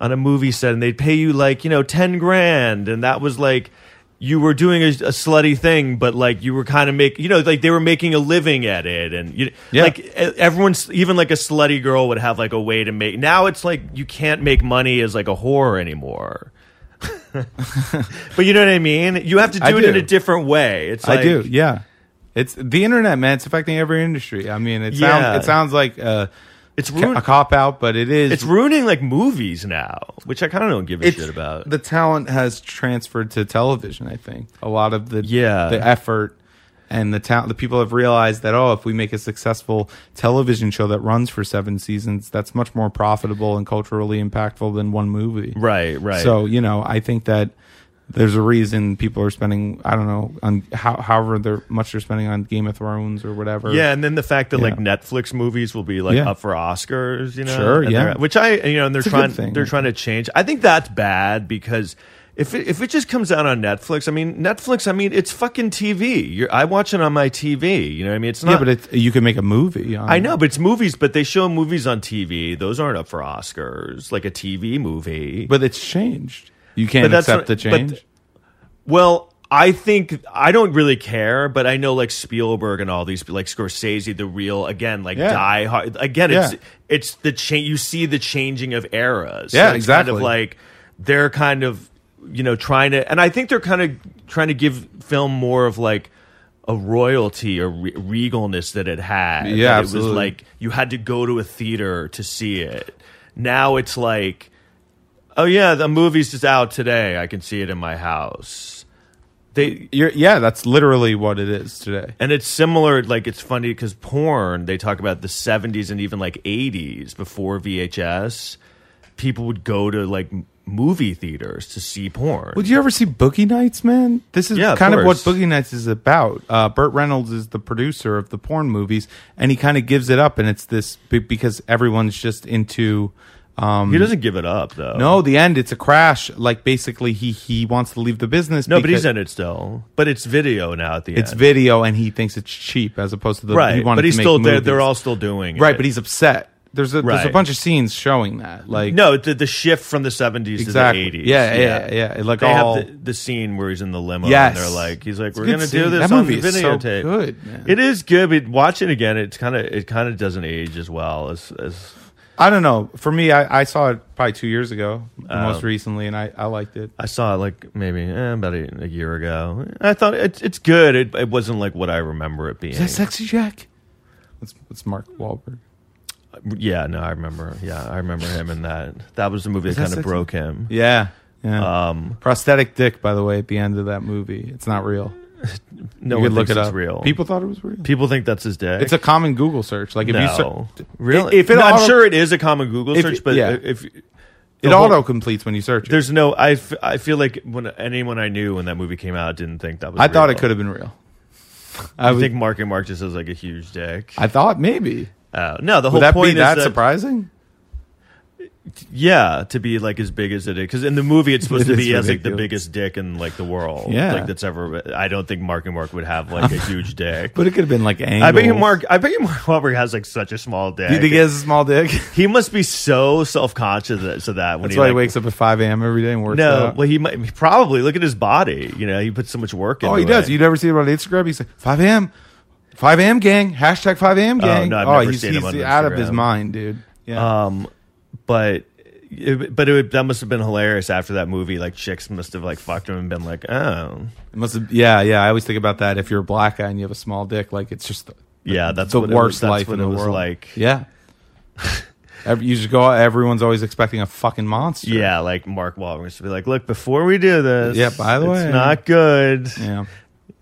on a movie set and they'd pay you like you know 10 grand and that was like you were doing a, a slutty thing but like you were kind of make you know like they were making a living at it and you
Yeah.
like e- everyone's even like a slutty girl would have like a way to make now it's like you can't make money as like a whore anymore but you know what i mean you have to do
I
it in
do.
a different way it's like
I do. Yeah. It's the internet, man. It's affecting every industry. I mean, it sounds
Yeah.
it sounds like uh,
it's
ca-
ruin-
a cop out, but it is.
it's ruining like movies now which i kind of don't give a
It's-
shit about
the talent has transferred to television. I think a lot of the
Yeah.
the effort and the talent. The people have realized that oh, if we make a successful television show that runs for seven seasons, that's much more profitable and culturally impactful than one movie.
right right
So you know, I think that there's a reason people are spending I don't know on how, however they're, much they're spending on Game of Thrones or whatever.
Yeah, and then the fact that
Yeah.
like Netflix movies will be like
Yeah.
up for Oscars, you know,
Sure,
and
yeah.
they're- which I you know, and they're
It's a good
trying
thing.
they're trying to change. I think that's bad because. If it, if it just comes out on Netflix, I mean Netflix, I mean it's fucking TV. You're, I watch it on my TV. You know, what I mean it's not.
yeah, but it's, you can make a movie. On
I know, but it's movies. But they show movies on TV. Those aren't up for Oscars, like a TV movie.
but it's changed. You can't
But that's
accept
what-
the
but
change.
Well, I think I don't really care, but I know like Spielberg and all these like Scorsese, the real again like
Yeah.
die hard again.
Yeah.
It's it's the change you see the changing of eras.
Yeah,
it's Kind
exactly.
of like they're kind of you know trying to, and I think they're kind of trying to give film more of like a royalty or re- regalness that it had.
Yeah,
That it
absolutely.
was like you had to go to a theater to see it. Now it's like oh yeah, the movie's just out today. I can see it in my house. They
You're, yeah, that's literally what it is today.
and it's similar. Like it's funny because porn. They talk about the '70s and even like '80s before VHS. People would go to like m- movie theaters to see porn.
Would you ever see Boogie Nights, man? This is
Yeah, of
kind of what
course.
Boogie Nights is about. Uh, Burt Reynolds is the producer of the porn movies, and he kind of gives it up, and it's this be- because everyone's just into. Um,
he doesn't give it up though.
no, the end. It's a crash. Like basically, he he wants to leave the business.
no, but
because
he's in it still. But it's video now at the
It's
end.
video, and he thinks it's cheap as opposed to the He
right?
wanted
But he's
to make
still there.
movies.
They're all still doing
right.
it.
But he's upset. There's a there's a
Right.
bunch of scenes showing that. Like
no the, the shift from the '70s
exactly.
to the '80s.
Yeah, yeah, yeah, Like
They
all
have the, the scene where he's in the limo
Yes.
and they're like, he's like,
It's a
we're
good
gonna do
scene.
this
That
on
movie is so
videotape.
good, man.
It is good, but watching again, it's kind of it kind of doesn't age as well as, as
I don't know. For me, I, I saw it probably two years ago, most
Oh.
recently, and I, I liked it.
I saw it like maybe eh, about a, a year ago. I thought it's it's good. It, it wasn't like what I remember it being.
Sexy Jack? That's, that's Mark Wahlberg.
yeah, no, I remember. Yeah, I remember him in that. That was the movie that
that
kind of
Sexy-
broke him.
Yeah. Yeah.
Um,
Prosthetic dick, by the way, at the end of that movie. It's not real.
no
you
one
could look
thinks
it
it's
up.
real.
People thought it was real.
people think that's his dick.
It's a common Google search. Like if you
no,
search,
really.
if it
No, I'm
auto-
sure it is a common Google
If-
search, but
yeah.
if
it
the whole-
auto completes when you search it.
There's no. I, f- I feel like when anyone I knew when that movie came out didn't think that was.
I thought
real.
it could have been real. I
I
would,
think Mark and Mark just has like a huge dick.
I thought maybe.
Uh, no, the whole
Would that
point
be
is
that,
that
surprising?
yeah, to be like as big as it is because in the movie it's supposed
It
to be
is
as like the
ridiculous.
biggest dick in like the world.
Yeah.
like that's ever. I don't think Mark and Mark would have like a huge dick.
But it could have been like angles.
I bet you Mark. I bet you Mark Wahlberg has like such a small dick.
Do you think he has a small dick?
he must be so self conscious of that when
That's
he,
why he
like-
wakes up at 5 a.m. every day and works
No,
out.
well he might probably look at his body. You know, he puts so much work.
Oh,
into
he does.
it.
You never see him on Instagram. He's like five a.m. five a.m. gang hashtag five a.m. gang.
Oh,
Oh,
no, I've never seen him on
out of his
Instagram.
mind, dude. Yeah,
Um, but it, but it would, that must have been hilarious after that movie. Like chicks must have like fucked him and been like, oh,
It must have, yeah, yeah. I always think about that. If you're a black guy and you have a small dick, like it's just the,
yeah, that's
the
what
worst
it was, that's
life
what
in
it
the
was
world.
Like, yeah.
yeah, Every, you just go. out, Everyone's always expecting a fucking monster.
like Mark Wahlberg used to be like, look, before we do this,
Yeah, by the
it's
way."
not good.
yeah.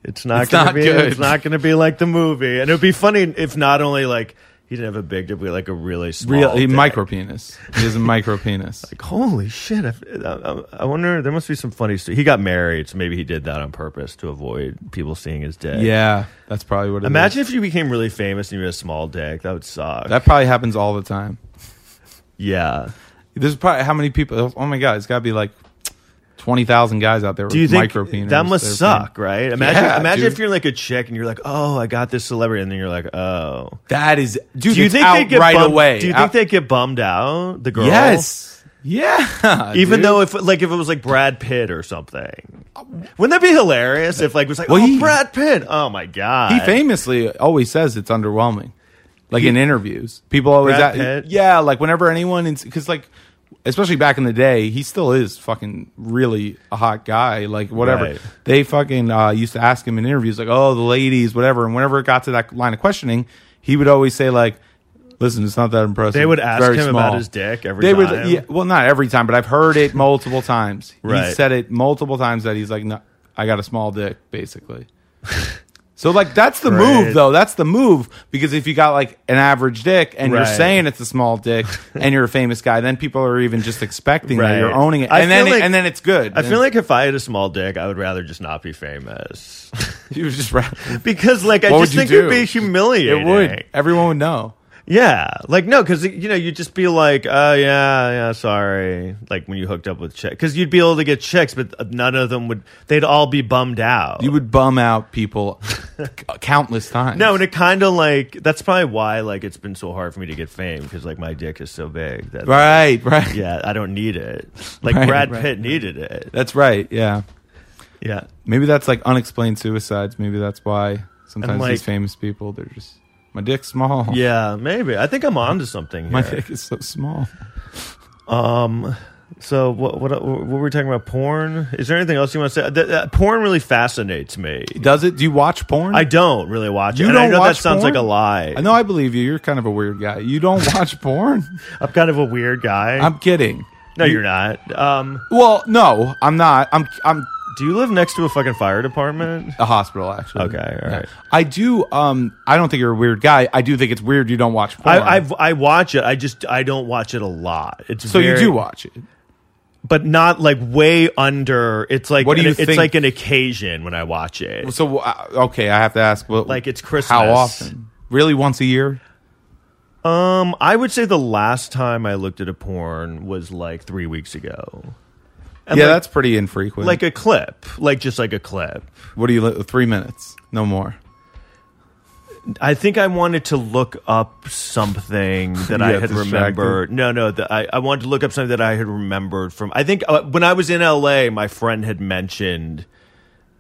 It's not
It's
gonna
not
be.
good.
It's not gonna be like the movie, and it'd be funny if not only like he didn't have a big dick, but like a really small,
Real he
dick.
micro penis. He has a micro penis.
Like, holy shit! I, I, I wonder. There must be some funny story. He got married, so maybe he did that on purpose to avoid people seeing his dick.
yeah, that's probably what. it is.
Imagine if you became really famous and you had a small dick. That would suck.
that probably happens all the time.
yeah.
There's probably how many people? Oh my god, it's got to be like twenty thousand guys out there.
Do you
with
think
micro penis?
that must
They're
suck, right? Imagine,
Yeah,
imagine
dude.
if you're like a chick and you're like, oh, I got this celebrity, and then you're like, oh.
That is, dude.
Do you
it's
think
out
they get
right
bummed,
away?
Do you
Out-
think they get bummed out? The girl,
Yes. Yeah.
Even
dude.
though if like if it was like Brad Pitt or something, wouldn't that be hilarious? If like it was like,
Well,
oh,
he-
Brad Pitt. Oh my god,
he famously always says it's underwhelming, like in interviews, people always
Brad
at-
Pitt?
yeah, like whenever anyone because like especially back in the day, he still is fucking really a hot guy, like whatever.
Right.
They fucking uh, used to ask him in interviews like, oh, the ladies, whatever, and whenever it got to that line of questioning, he would always say like. Listen, it's not that impressive.
They would
It's
ask
very
him about
small."
his dick every
they Would,
time?
yeah, well, not every time, but I've heard it multiple times. He
Right.
said it multiple times that he's like, no, I got a small dick, basically. So like that's the move
Right.
though. That's the move because if you got like an average dick and you're
Right.
saying it's a small dick and you're a famous guy, then people are even just expecting that
Right.
you're owning it,
I
and then
feel
it-
like-
and then it's good.
I feel like if I had a small dick, I would rather just not be famous.
you was just ra-
Because like I
What would
just
you
think it'd
do?
be humiliating.
it would everyone would know.
Yeah, like no, because you know you would just be like, oh yeah, yeah, sorry. Like when you hooked up with chicks, because you'd be able to get chicks, but uh, none of them would. They'd all be bummed out.
You would bum out people c- countless times.
no, and it kind of like that's probably why like it's been so hard for me to get fame because like my dick is so big that
right, right.
yeah I don't need it. Like
Right,
Brad
right,
Pitt needed it.
That's right. Yeah.
Yeah.
Maybe that's like unexplained suicides. Maybe that's why sometimes
like-
these famous people they're just my dick's small.
Yeah, maybe. I think I'm onto something.
my
here.
dick is so small.
Um. So what what what were we talking about? Porn? Is there anything else you want to say? That, that- porn really fascinates me.
Does it? Do you watch porn?
I don't really watch
You
it. and I
don't
know
watch
that sounds
porn?
like a lie.
I know. I believe you. You're kind of a weird guy. You don't watch porn.
I'm kind of a weird guy.
I'm kidding.
no, you're not. Um.
Well, no, I'm not. I'm I'm
Do you live next to a fucking fire department?
a hospital actually.
Okay, all right.
I do. Um, I don't think you're a weird guy. I do think it's weird you don't watch porn.
I I've, I watch it. I just I don't watch it a lot. It's
so you
very-
do watch it.
but not like way under. It's like
What do
an-
you
it's
think-
like an occasion when I watch it.
So uh, okay, I have to ask. Well,
Like, it's Christmas.
How often? Really, once a year?
Um, I would say the last time I looked at a porn was like three weeks ago. And
yeah,
like,
that's pretty infrequent.
like a clip, like just like a clip.
what do you? li- Three minutes, no more.
I think I wanted to look up something that I
Yeah,
had
distracted.
remembered. No, no, that I, I wanted to look up something that I had remembered from. I think uh, when I was in LA, my friend had mentioned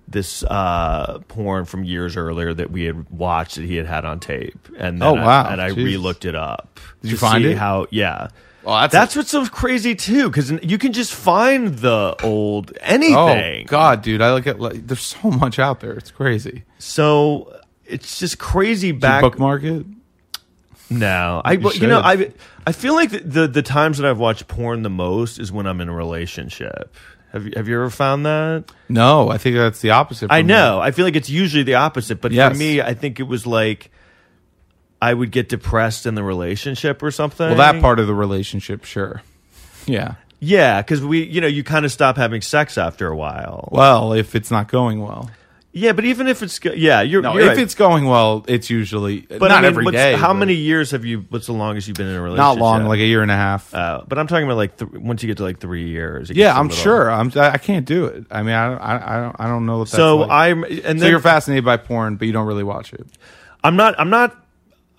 this uh, porn from years earlier that we had watched that he had had on tape, and then
Oh, wow.
I, and I
Jeez.
re-looked it up.
Did you
to
find
see
it?
How? Yeah.
Well, that's-
that's what's so crazy too, because you can just find the old
Oh
anything.
God, dude! I look at like, there's so much out there. It's crazy.
So it's just crazy.
Back,
Back
bookmark it.
No, I well, you,
should.
know I I feel like the, the the times that I've watched porn the most is when I'm in a relationship. Have you have you ever found that?
No, I think that's the opposite.
I
from
know. I feel like it's usually the opposite, but
Yes.
for me, I think it was like I would get depressed in the relationship or something.
That. Well, that part of the relationship, sure. Yeah.
yeah, because we, you know, you kind of stop having sex after a while.
Well, if it's not going well.
yeah, but even if it's, go- yeah, you're,
No,
you're
if
right.
it's going well, it's usually
but I
not
mean,
every
what's-
day.
How
but
many years have you? What's the longest you've been in a relationship?
Not long, like a year and a half.
Uh, but I'm talking about like th- once you get to like three years. it gets
yeah,
a
I'm
little-
sure. I'm. I I can't do it. I mean, I don't. I I don't. I don't know what that's
So
like.
I'm, and
So
then
you're fascinated by porn, but you don't really watch it.
I'm not. I'm not.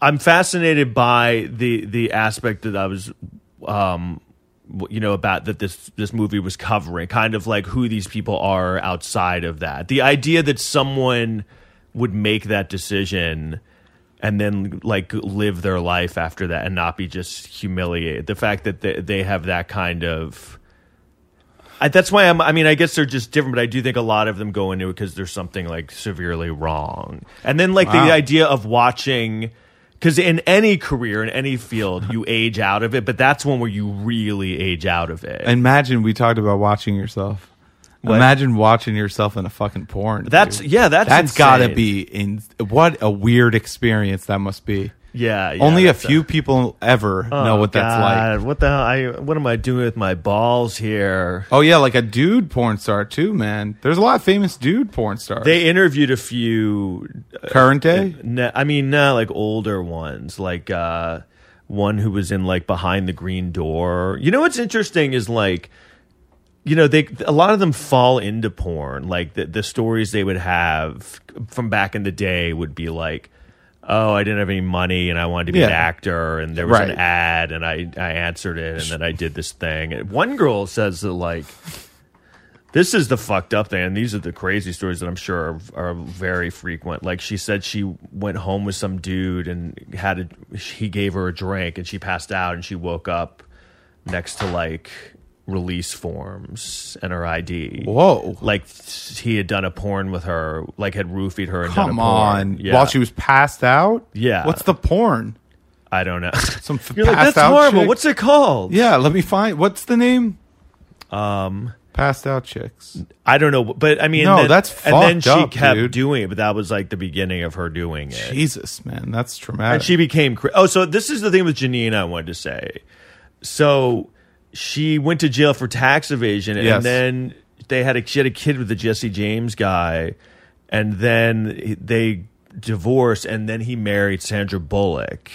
I'm fascinated by the the aspect that I was, um, w- you know, about that this this movie was covering, kind of like who these people are outside of that. The idea that someone would make that decision and then like live their life after that and not be just humiliated. The fact that they, they have that kind of. I, that's why I'm. I mean, I guess they're just different, but I do think a lot of them go into it because there's something like severely wrong, and then like
Wow.
the idea of watching. Because in any career, in any field, you age out of it, but that's one where you really age out of it.
Imagine we talked about watching yourself.
What?
Imagine watching yourself in a fucking porn.
That's-
dude.
yeah, that's
that's gotta
insane.
be in. What a weird experience that must be.
yeah, yeah,
Only a
that's Oh,
few people ever know what that's like.
God, What the hell? I, what am I doing with my balls here?
Oh yeah, like a dude porn star too, man. There's a lot of famous dude porn stars.
They interviewed a few
Current day,
No, I mean, no, like older ones, like uh, one who was in like behind the green door. You know what's interesting is like, you know, they a lot of them fall into porn. Like the the stories they would have from back in the day would be like. Oh, I didn't have any money, and I wanted to be an
Yeah.
actor, and there was an
Right.
ad, and I, I answered it, and then I did this thing. And one girl says that like this is the fucked up thing, and these are the crazy stories that I'm sure are, are very frequent. Like she said, she went home with some dude and had a he gave her a drink, and she passed out, and she woke up next to like release forms and her ID.
Whoa.
Like he had done a porn with her, like had roofied her. And done
Come
a porn.
on.
yeah.
While she was passed out?
Yeah.
What's the porn?
I don't know.
Some f-
You're like
passed
that's
out
horrible.
chick?
What's it called?
Yeah, let me find. What's the name? Um, passed out chicks.
I don't know, but I mean,
No,
then-
that's
and then
fucked
she
up,
kept
dude.
doing it, but that was like the beginning of her doing it.
Jesus, man, that's traumatic.
And she became cra- oh, so this is the thing with Janine. I wanted to say, so she went to jail for tax evasion,
Yes.
and then they had a she had a kid with the Jesse James guy, and then they divorced, and then he married Sandra Bullock.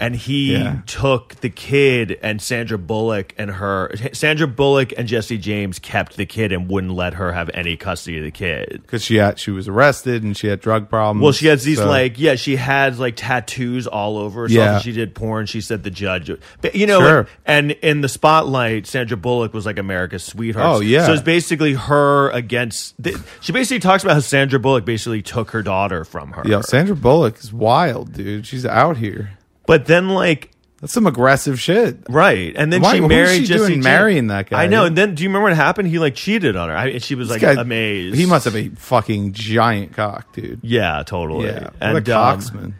and he
Yeah.
took the kid and Sandra Bullock and her Sandra Bullock and Jesse James kept the kid and wouldn't let her have any custody of the kid.
because she had she was arrested and she had drug problems.
Well, she has these
so-
like yeah, she had like tattoos all over herself.
Yeah.
and she did porn. She said the judge, but, you know,
Sure.
and in the spotlight, Sandra Bullock was like America's sweetheart.
Oh, yeah.
so it's basically her against. th she basically talks about how Sandra Bullock basically took her daughter from her.
yeah. Sandra Bullock is wild, dude. She's out here.
but then like
That's some aggressive shit.
right, and then
Why-
she
what was
married
she
Jesse
doing
James.
marrying that guy?
I know. And then do you remember what happened? He like cheated on her. I, and she was like
This guy-
amazed.
He must have a fucking giant cock, dude.
Yeah, totally.
Yeah,
and
what a
um,
cocksman.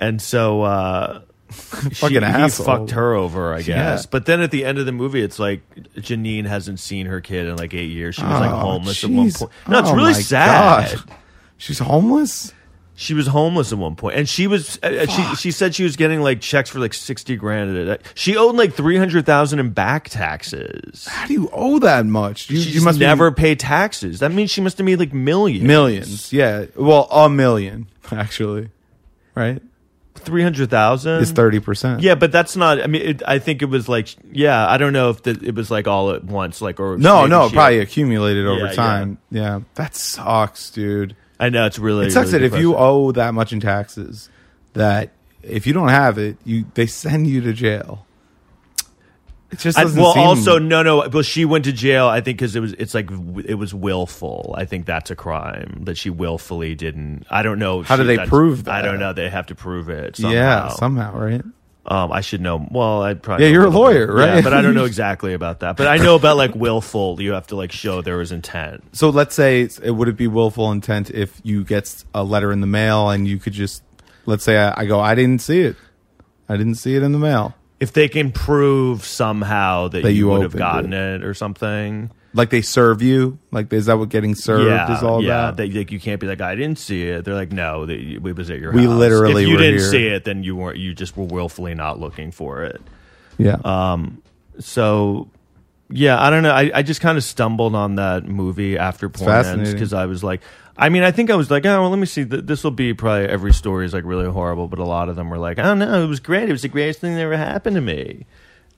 and so uh she,
Fucking asshole.
he fucked her over i guess
Yeah.
but then at the end of the movie it's like janine hasn't seen her kid in like eight years she was like
Oh,
homeless at one
jeez.
point no it's
Oh,
really
my
sad
God. She's homeless.
she was homeless at one point and she was uh, uh, she, she said she was getting like checks for like 60 grand a- she owed like 300000 in back taxes
How do you owe that much? You,
she
you
must
must be-
never pay taxes that means she must have made like millions
millions. Yeah, well, a million actually, right?
300000
It's thirty percent.
Um, yeah, but that's not. I mean, it, I think it was like, yeah, I don't know if the, it was like all at once, like or
No,
maybe
no, it
she-
probably accumulated
Yeah,
over
yeah.
time. Yeah. that sucks, dude.
I know it's really
It sucks
really
that if you
depressing.
owe that much in taxes, that if you don't have it, you they send you to jail. It just
I-
doesn't
well,
seem-
also no, no. Well, she went to jail. I think because it was it's like w- it was willful. I think that's a crime that she willfully didn't. I don't know. if
How do
she-
they
that's-
prove
I don't
that?
know. They have to prove it. Somehow.
yeah, somehow, right?
Um, I should know. Well, I probably
Yeah,
know
you're a
little
lawyer,
bit. Yeah,
right?
but I don't know exactly about that. But I know about like willful. You have to like show there was intent.
So let's say it's- it would it be willful intent if you get a letter in the mail and you could just let's say I, I go I didn't see it, I didn't see it in the mail.
If they can prove somehow that,
That
you
you
would have
opened
gotten it. or something,
Like they serve you, like is that what getting served
yeah,
is all
yeah,
about?
that like you can't be like I didn't see it. They're like, no, that you- it was at your
We
house.
literally
if you
were
didn't
here.
see it, then you weren't. You just were willfully not looking for it.
yeah,
uh, So, yeah, I don't know. I, I just kind of stumbled on that movie after porn
fascinating.
because I was like, I mean, I think I was like, oh, well, let me see. Th- This will be probably every story is like really horrible, but a lot of them were like, oh no, it was great. It was the greatest thing that ever happened to me.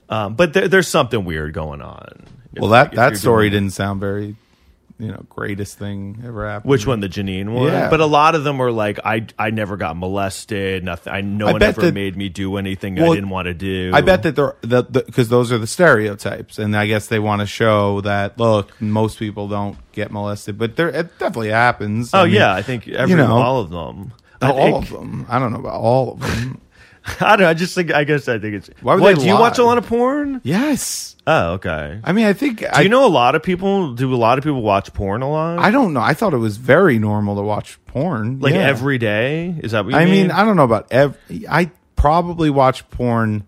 Um, but there, there's something weird going on. If-
well that
if
that
you're
story
doing-
didn't sound very, you know, greatest thing ever happened.
Which one, the Janine one?
Yeah.
But a lot of them were like, I I never got molested. Nothing. I no
I
one
bet
ever
that-
made me do anything I
Well,
didn't want to do.
I bet that they're because the, because those are the stereotypes, and I guess they want to show that look, most people don't get molested, but there it definitely happens.
Oh
I mean,
yeah, I think every
know,
all of them. I
all
think-
of them. I don't know about all of them.
I don't. know, I just think. I guess I think it's.
Why would
What,
they
do you
lie?
watch a lot of porn?
yes,
Oh, okay.
I mean, I think
Do
I
you know a lot of people? Do a lot of people watch porn a lot?
I don't know. I thought it was very normal to watch porn,
like
Yeah.
every day. Is that what you
I
mean?
mean, I don't know about every. I probably watch porn.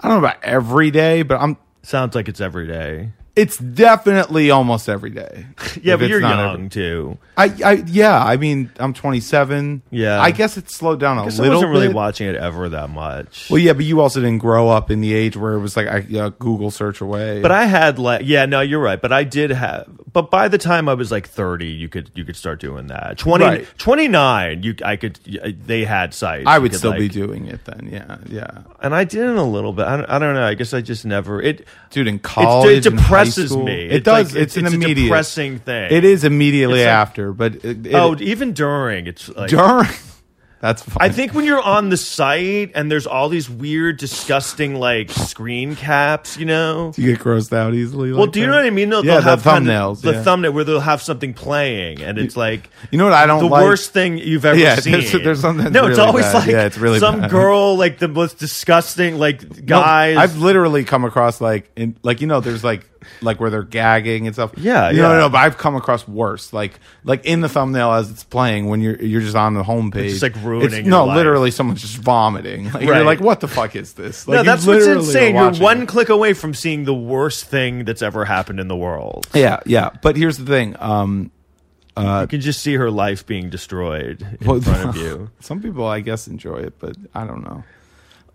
I don't know about every day, but I'm.
Sounds like it's every day.
It's definitely almost every day.
Yeah,
If
but
it's
you're
not
young
every-
too.
I, I yeah, I mean, I'm 27.
Yeah.
I guess it's slowed down a
I guess I
little
wasn't really
bit.
watching it ever that much.
well, yeah, but you also didn't grow up in the age where it was like I uh, Google search away.
But I had like yeah, no, you're right. But I did have but by the time I was like 30, you could you could start doing that. 20
Right.
29, you I could y- they had sites.
I
You
would
could,
still be
like-
doing it then. Yeah, yeah,
And I did it a little bit. I don't, I don't know. I guess I just never it
dude. In
it,
college,
it depresses
in high school-
me.
It does.
like-
it's, an
a
immediate.
depressing thing.
It is immediately
It's like-
after, but it, it,
Oh, even during it's like
during. That's fine.
I think when you're on the site and there's all these weird, disgusting like screen caps, you know.
you get grossed out easily.
Well,
like
do you
that.
know what I mean? Though
Yeah, the
They'll have kind of-
thumbnails.
the
yeah.
thumbnail where they'll have something playing, and it's like
You know what I don't
the
like?
worst thing you've ever
Yeah,
seen.
there's- there's something that's
No, it's
really
always
bad.
like
Yeah, it's really
some
bad.
girl, like the most disgusting, like
No,
guys.
I've literally come across like in like you know, there's like like where they're gagging and stuff.
Yeah,
you know,
yeah.
no, but I've come across worse. Like like in the thumbnail as it's playing when you're you're just on the homepage.
It's just, like, ruining your
no,
life.
literally someone's just vomiting. Like,
Right.
You're like, what the fuck is this? Like,
no,
you
that's what's
literally are
insane. You're
watching
one
it.
click away from seeing the worst thing that's ever happened in the world.
Yeah, yeah. But here's the thing. Um,
you can just see her life being destroyed in
well,
front of you.
some people, I guess, enjoy it, but I don't know.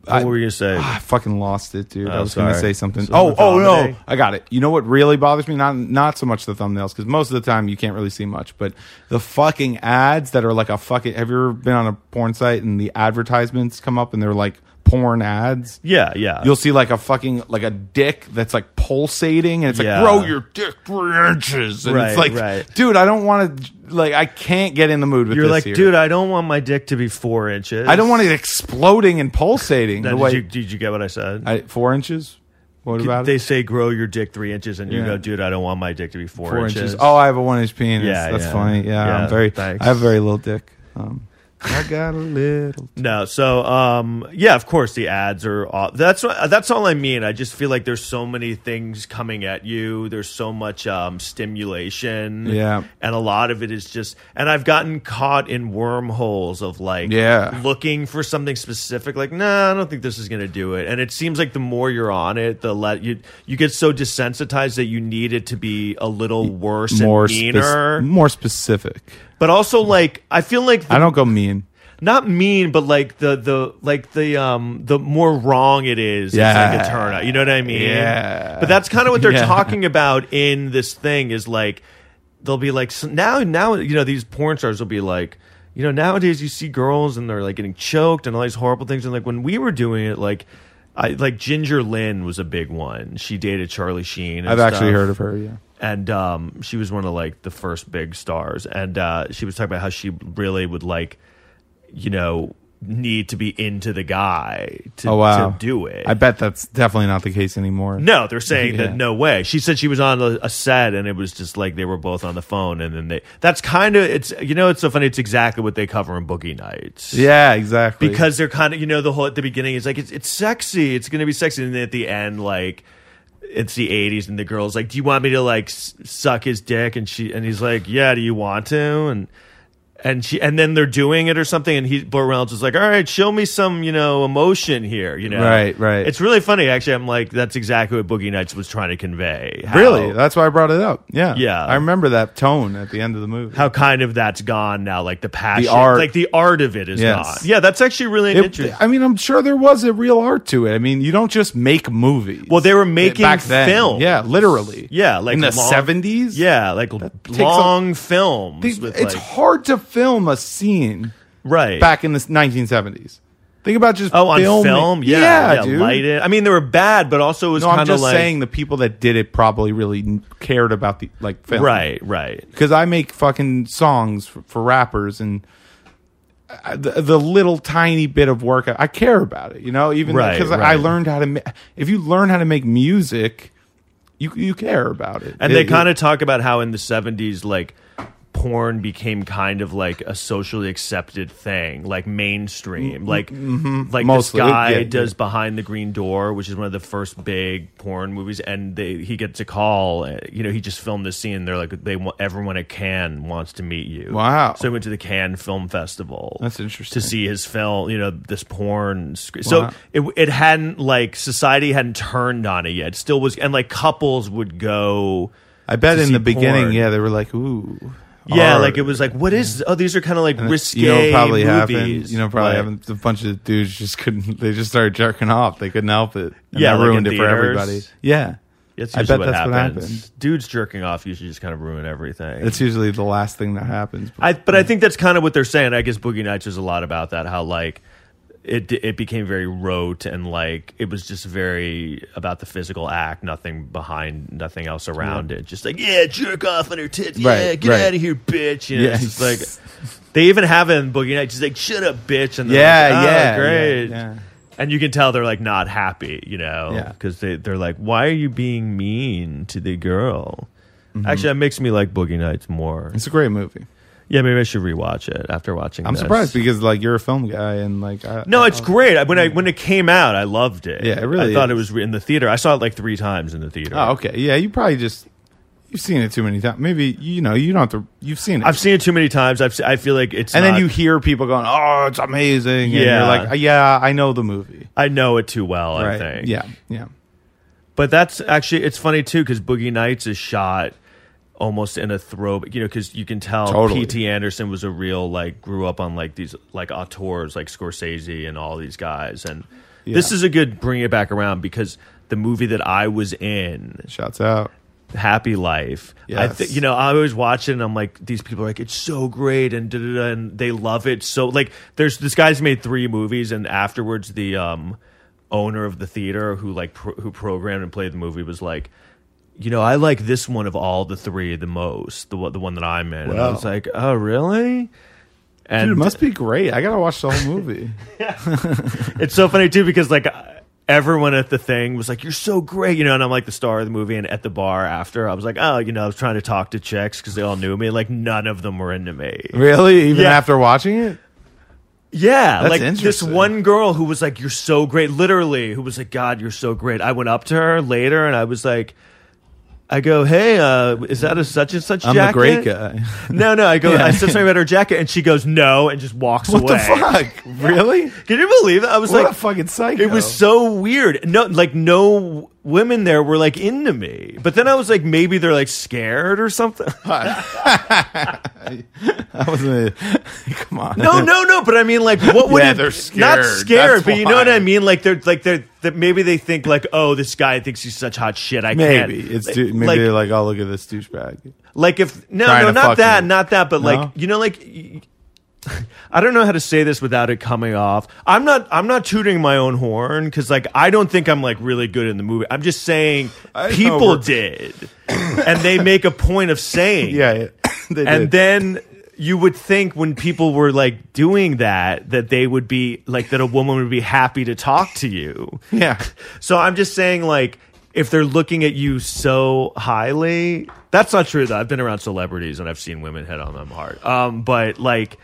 What
I- Ah,
were you gonna say?
I fucking lost it, dude. I
Oh,
was going to say
sorry.
something.
So
oh,
the
oh no,
vomiting?
I got it. You know what really bothers me? Not not so much the thumbnails because most of the time you can't really see much, but the fucking ads that are like a fucking. Have you ever been on a porn site and the advertisements come up and they're like porn ads.
Yeah, yeah.
You'll see like a fucking like a dick that's like pulsating, and it's
Yeah.
like grow your dick three inches, and
Right,
it's like,
right.
dude, I don't want to. Like, I can't get in the mood with.
You're
this
like,
here.
dude, I don't want my dick to be four inches.
I don't want it exploding and pulsating.
Now,
the
did,
way
you, did you get what I said?
I, four inches. What about
they
it?
say grow your dick three inches, and you
Yeah.
go, dude, I don't want my dick to be four,
Four inches. Oh, I have a one inch penis.
Yeah,
that's
yeah.
funny. Yeah,
Yeah,
I'm very.
thanks.
I have a very little dick. Um, I got a little.
No, so um, yeah, of course the ads are. Aw- that's what- that's all I mean. I just feel like there's so many things coming at you. There's so much um, stimulation.
Yeah.
and a lot of it is just. And I've gotten caught in wormholes of like,
Yeah.
looking for something specific. Like, nah, I don't think this is gonna do it. And it seems like the more you're on it, the let you you get so desensitized that you need it to be a little worse,
More
and meaner.
spec- more specific.
but also, like, I feel like the
I don't go mean.
not mean, but like the the like the um the more wrong it is, it's like
Yeah.
a turn out. You know what I mean?
Yeah.
But that's kind of what they're
Yeah.
talking about in this thing is like they'll be like so now now you know these porn stars will be like you know nowadays you see girls and they're like getting choked and all these horrible things and like when we were doing it like. I, like Ginger Lynn was a big one. She dated Charlie Sheen. And
I've actually
stuff
heard of her. Yeah.
and um, she was one of like the first big stars and uh, she was talking about how she really would like you know need to be into the guy to,
Oh wow.
to do it
I bet that's definitely not the case anymore.
no they're saying
Yeah.
that no way she said she was on a, a set and it was just like they were both on the phone and then they that's kind of it's you know it's so funny it's exactly what they cover in boogie nights
Yeah. Exactly.
because they're kind of you know the whole at the beginning is like it's it's sexy, it's gonna be sexy, and then at the end like it's the '80s and the girl's like, do you want me to like s- suck his dick? And she and he's like, yeah, do you want to? And and she and then they're doing it or something, and he Burt Reynolds is like, all right, show me some you know emotion here, you know,
Right, right.
It's really funny actually. I'm like, that's exactly what Boogie Nights was trying to convey. How-
Really? That's why I brought it up. Yeah.
Yeah.
I remember that tone at the end of the movie.
how kind of that's gone now, like the passion,
art.
like the art of it is
Yes.
not. Yeah, that's actually really
It-
interesting.
I mean, I'm sure there was a real art to it. I mean, you don't just make movies.
Well, they were making
back then.
films.
Yeah, literally.
Yeah, like
in the
long-
70s.
Yeah, like
takes
long films.
They-
with
it's
like,
hard to film a scene
right
back in the 1970s. Think about just
Oh, on
filming-
film, yeah, yeah,
dude.
light it. I mean, they were bad, but also it was
No, I'm
kind of
just
like
saying the people that did it probably really cared about the like film,
right, right.
because I make fucking songs for, for rappers and I- the, the little tiny bit of work I, I care about it, you know. Even
Right,
because I
right.
learned how to. Ma- if you learn how to make music, you you care about it.
And they kind of talk about how in the seventies, like porn became kind of like a socially accepted thing, like mainstream. Like, like
Mm, mm-hmm. Mostly.
this guy
Yeah, yeah.
does Behind the Green Door, which is one of the first big porn movies, and they he gets a call. uh, You know, he just filmed this scene. They're like, they want everyone at Cannes wants to meet you.
Wow.
So he went to the Cannes Film Festival.
That's interesting.
to see his film. You know, this porn. Sc-
Wow.
So it it hadn't like society hadn't turned on it yet. It still was, and like couples would go.
I bet
to
in
see
the beginning,
porn.
yeah, they were like, ooh,
Yeah,
art.
like it was like, what is? Oh, these are kind of like
And
risque
You know, what probably
movies.
happened. You know, probably
Like,
happened. A bunch of dudes just couldn't. They just started jerking off. They couldn't help it. And
Yeah,
that
like in
ruined it for
theaters.
everybody. Yeah,
That's
I
usually
bet
what
that's what
happens.
happened.
Dudes jerking off usually just kind of ruin everything.
that's usually the last thing that happens.
I, but I think that's kind of what they're saying. I guess Boogie Nights was a lot about that. How like it it became very rote and like it was just very about the physical act, nothing behind, nothing else around it. Just like yeah, jerk off on her tits. Yeah,
Right,
get
right.
out of here, bitch. You know, it's just
Yeah.
like they even have it in Boogie Nights. Just like shut up, bitch. And they're
yeah,
like, "Oh,
yeah,
great.
yeah, yeah.
And you can tell they're like not happy, you know,
Yeah.
because they they're like, why are you being mean to the girl?
Mm-hmm.
Actually, that makes me like Boogie Nights more.
It's a great movie.
Yeah, maybe I should rewatch it after watching.
I'm
this.
surprised because like you're a film guy and like I,
No, it's great. I- When I when it came out, I loved it.
Yeah, it really
I thought it
is.
was re- in the theater. I saw it like three times in the theater.
Oh, okay. Yeah, you probably just you've seen it too many times. Maybe you know you don't have to. You've seen it,
I've seen it too many times. I've se- I feel like it's
and
not-
then you hear people going, "Oh, it's amazing." Yeah,
Yeah.
and you're like, "Yeah, I know the movie."
I know it too well. I
Right?
think.
Yeah, yeah.
But that's actually it's funny too because Boogie Nights is shot almost in a throwback, you know, because you can tell
Totally.
P.T. Anderson was a real like grew up on like these like auteurs like Scorsese and all these guys, and this
Yeah.
is a good bring it back around because the movie that I was in
Shouts out.
happy life. I
Yes.
th- you know, I always watch it and I'm like, these people are like, it's so great and da da da, and they love it. So like, there's this guy's made three movies, and afterwards the um owner of the theater who like pro- who programmed and played the movie was like. You know, I like this one of all the three the most, the one- the one that I'm in. And I
Wow.
was like, oh, really? And
Dude, it must be great. I gotta watch the whole movie.
it's so funny too because like everyone at the thing was like, "You're so great," you know, and I'm like the star of the movie. And at the bar after, I was like, "Oh, you know," I was trying to talk to chicks because they all knew me. Like none of them were into me.
really? Even
Yeah.
after watching it?
Yeah,
That's
like this
interesting.
one girl who was like, "You're so great," literally, who was like, "God, you're so great." I went up to her later and I was like. I go, hey, uh, is that a such and such
I'm
jacket?
a great guy.
No, no. I go, I said something about her jacket, and she goes, no, and just walks
What
away.
the fuck? Really?
Can you believe it? I was
What
like,
a fucking psycho.
It was so weird. No, like no women there were like into me. But then I was like, maybe they're like scared or something.
I wasn't. Come on.
No, no, no. But I mean, like, what would
Yeah,
it-
they're
Not
scared.
scared,
That's
but you know what
why.
I mean. Like they're like they're that maybe they think like, oh, this guy thinks he's such hot shit. I can't.
Maybe it's
like,
du- maybe
like,
they're like, oh look at this douchebag.
like if no,
trying
no,
to
not
fuck
that,
me.
not that. But like
No?
you know, like. y- I don't know how to say this without it coming off. I'm not. I'm not tooting my own horn because, like, I don't think I'm like really good in the movie. I'm just saying
I know
people
we're-
did, and they make a point of saying,
Yeah, yeah. they did.
and then you would think when people were like doing that that they would be like that a woman would be happy to talk to you
yeah,
so i'm just saying like if they're looking at you so highly that's not true though i've been around celebrities and i've seen women hit on them hard um but like